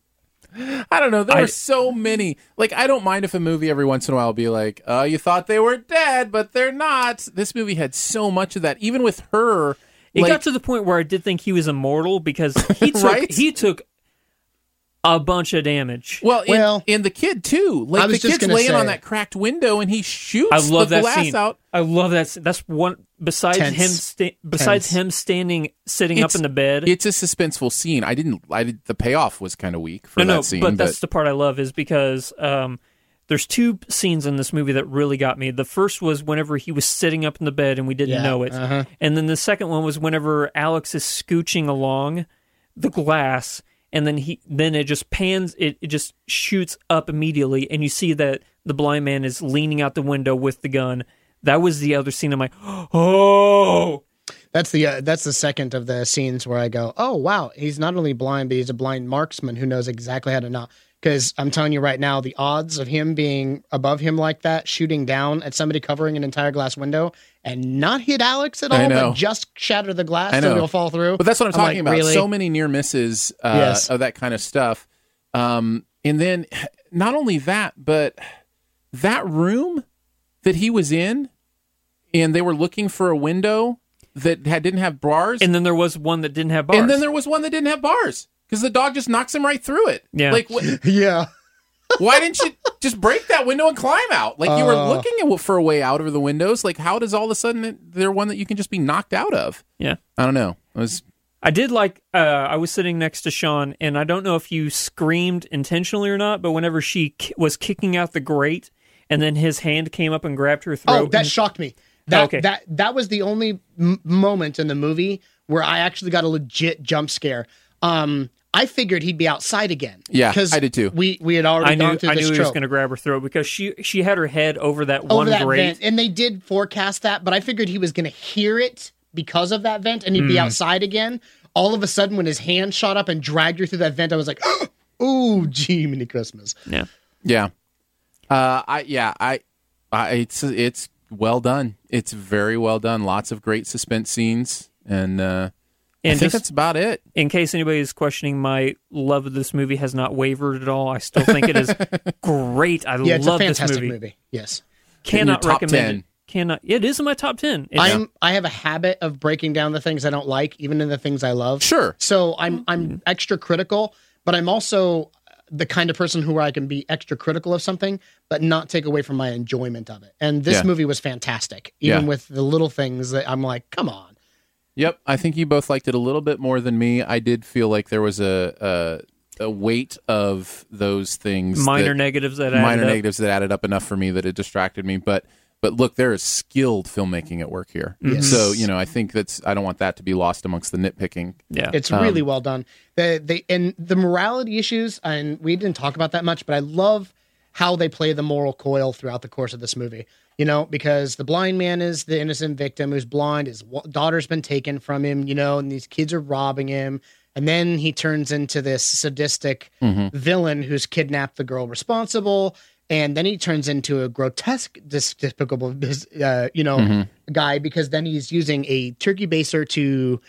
Speaker 1: I don't know. There
Speaker 4: I-
Speaker 1: are so many. Like, I don't mind if a movie every once in a while be like, uh, you thought they were dead, but they're not. This movie had so much of that. Even with her,
Speaker 4: It
Speaker 1: like,
Speaker 4: got to the point where I did think he was immortal because he took
Speaker 1: Right?
Speaker 4: he took a bunch of damage.
Speaker 1: well, in,
Speaker 3: Well-
Speaker 1: and the kid too. Like
Speaker 3: I was
Speaker 1: the
Speaker 3: just
Speaker 1: kid's
Speaker 3: gonna
Speaker 1: laying on
Speaker 3: say-
Speaker 1: that cracked window, and he shoots.
Speaker 4: I love
Speaker 1: the
Speaker 4: that
Speaker 1: glass
Speaker 4: scene.
Speaker 1: out.
Speaker 4: I love that. scene. That's one besides
Speaker 3: Tense.
Speaker 4: him. Sta- besides
Speaker 3: Tense.
Speaker 4: him standing, sitting up
Speaker 1: It's-
Speaker 4: in the bed.
Speaker 1: It's a suspenseful scene. I didn't. I did. The payoff was kind of weak for
Speaker 4: no,
Speaker 1: that
Speaker 4: no,
Speaker 1: scene.
Speaker 4: but that's the part I love is because um, there's two scenes in this movie that really got me. The first was whenever he was sitting up in the bed and we didn't
Speaker 3: Yeah,
Speaker 4: know it,
Speaker 3: uh-huh.
Speaker 4: and then the second one was whenever Alex is scooching along the glass, and then he then it just pans, it, it just shoots up immediately, and you see that the blind man is leaning out the window with the gun. That was the other scene. I'm like, oh,
Speaker 3: That's the uh, that's the second of the scenes where I go, oh wow, he's not only blind, but he's a blind marksman who knows exactly how to knock. Because I'm telling you right now, the odds of him being above him like that, shooting down at somebody covering an entire glass window and not hit Alex at
Speaker 1: I
Speaker 3: all,
Speaker 1: know.
Speaker 3: but just shatter the glass
Speaker 1: I
Speaker 3: so
Speaker 1: know.
Speaker 3: he'll fall through.
Speaker 1: But that's what I'm,
Speaker 3: like,
Speaker 1: talking about.
Speaker 3: Really?
Speaker 1: So many near misses uh,
Speaker 3: Yes.
Speaker 1: of that kind of stuff. Um, and then not only that, but that room that he was in, and they were looking for a window that had, didn't have bars,
Speaker 4: and then there was one that didn't have bars.
Speaker 1: and then there was one that didn't have bars because the dog just knocks him right through it.
Speaker 4: Yeah.
Speaker 1: Like, wh-
Speaker 3: yeah.
Speaker 1: why didn't you just break that window and climb out? Like you were
Speaker 3: Uh.
Speaker 1: looking at- for a way out of the windows. Like, how does all of a sudden it- there one that you can just be knocked out of?
Speaker 4: yeah.
Speaker 1: I don't know. It was
Speaker 4: I did like. Uh, I was sitting next to Sean, and I don't know if you screamed intentionally or not, but whenever she ki- was kicking out the grate, and then his hand came up and grabbed her throat.
Speaker 3: Oh, that
Speaker 4: and-
Speaker 3: shocked me. That
Speaker 4: Okay.
Speaker 3: that that was the only m- moment in the movie where I actually got a legit jump scare. Um, I figured he'd be outside again.
Speaker 1: Yeah,
Speaker 3: 'Cause
Speaker 1: I did too.
Speaker 3: We we had already
Speaker 4: I knew.
Speaker 3: gone through
Speaker 4: I
Speaker 3: this
Speaker 4: knew he was
Speaker 3: trope.
Speaker 4: going to grab her throat because she she had her head over that
Speaker 3: over
Speaker 4: one
Speaker 3: that
Speaker 4: grate.
Speaker 3: vent, and they did forecast that, but I figured he was going to hear it because of that vent, and he'd be
Speaker 4: Hmm.
Speaker 3: outside again. All of a sudden, when his hand shot up and dragged her through that vent, I was like, "Ooh, gee, mini Christmas."
Speaker 4: Yeah.
Speaker 1: Yeah. Uh, I yeah I, I it's it's well done. It's very well done. Lots of great suspense scenes, And uh, I
Speaker 4: And
Speaker 1: think
Speaker 4: just-
Speaker 1: that's about it.
Speaker 4: in case anybody is questioning, my love of this movie has not wavered at all. I still think it is great. I
Speaker 3: Yeah, it's
Speaker 4: love
Speaker 3: a
Speaker 4: this
Speaker 3: fantastic
Speaker 4: movie.
Speaker 3: movie.
Speaker 1: in
Speaker 3: Yes.
Speaker 1: your
Speaker 4: Cannot
Speaker 1: top
Speaker 4: recommend
Speaker 1: 10.
Speaker 4: it. Cannot. It is in my top ten. It's-
Speaker 3: I'm I have a habit of breaking down the things I don't like, even in the things I love.
Speaker 1: Sure.
Speaker 3: So I'm I'm extra critical, but I'm also the kind of person who I can be extra critical of something, but not take away from my enjoyment of it. And this
Speaker 1: Yeah.
Speaker 3: movie was fantastic, even
Speaker 1: Yeah.
Speaker 3: with the little things that I'm like, come on.
Speaker 1: Yep, I think you both liked it a little bit more than me. I did feel like there was a a, a weight of those things,
Speaker 4: minor
Speaker 1: that-
Speaker 4: negatives that added
Speaker 1: minor
Speaker 4: up.
Speaker 1: negatives that added up enough for me that it distracted me. But but look, there is skilled filmmaking at work here.
Speaker 4: Mm-hmm.
Speaker 1: So you know, I think that's I don't want that to be lost amongst the nitpicking.
Speaker 4: Yeah.
Speaker 3: It's really well done. The they and the morality issues, and we didn't talk about that much, but I love how they play the moral coil throughout the course of this movie. You know, because the blind man is the innocent victim who's blind. His wa- daughter's been taken from him. You know, and these kids are robbing him. And then he turns into this sadistic villain who's kidnapped the girl responsible. And then he turns into a grotesque, dis- despicable, dis- uh, you know, guy because then he's using a turkey baster to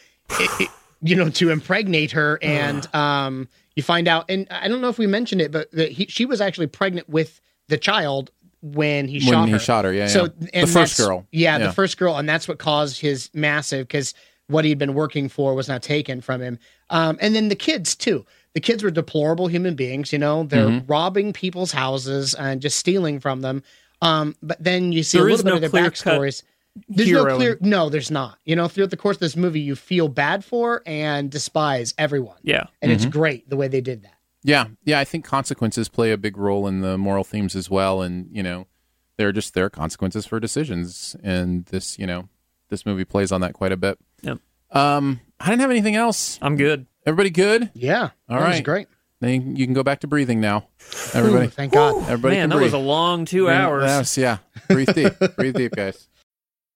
Speaker 3: you know to impregnate her and um you find out and i don't know if we mentioned it but that he, she was actually pregnant with the child when he
Speaker 1: when
Speaker 3: shot
Speaker 1: he
Speaker 3: her
Speaker 1: shot her, yeah,
Speaker 3: so
Speaker 1: yeah.
Speaker 3: and
Speaker 1: the first
Speaker 3: that's-
Speaker 1: girl,
Speaker 3: yeah, the first girl and that's what caused his massive because what he'd been working for was not taken from him um and then the kids too the kids were deplorable human beings you know they're
Speaker 1: Mm-hmm.
Speaker 3: robbing people's houses and just stealing from them um but then you see
Speaker 4: There
Speaker 3: a
Speaker 4: is
Speaker 3: little bit
Speaker 4: no
Speaker 3: of their
Speaker 4: clear-cut
Speaker 3: backstories there's
Speaker 4: hero
Speaker 3: no clear no there's not you know throughout the course of this movie you feel bad for and despise everyone
Speaker 4: yeah.
Speaker 1: Mm-hmm.
Speaker 3: and it's great the way they did that
Speaker 1: Yeah, yeah, I think consequences play a big role in the moral themes as well, and you know, they're just there are consequences for decisions, and this you know, this movie plays on that quite a bit.
Speaker 4: Yep. Um,
Speaker 1: Um, I didn't have anything else.
Speaker 4: I'm good.
Speaker 1: Everybody good?
Speaker 3: yeah
Speaker 1: All
Speaker 3: that was
Speaker 1: right.
Speaker 3: great
Speaker 1: Then you can go back to breathing now. Everybody,
Speaker 3: Ooh, thank god
Speaker 1: everybody,
Speaker 4: Man,
Speaker 1: can
Speaker 4: that
Speaker 1: breathe.
Speaker 4: was a long two hours.
Speaker 1: Yes, yeah, breathe deep, breathe deep, guys.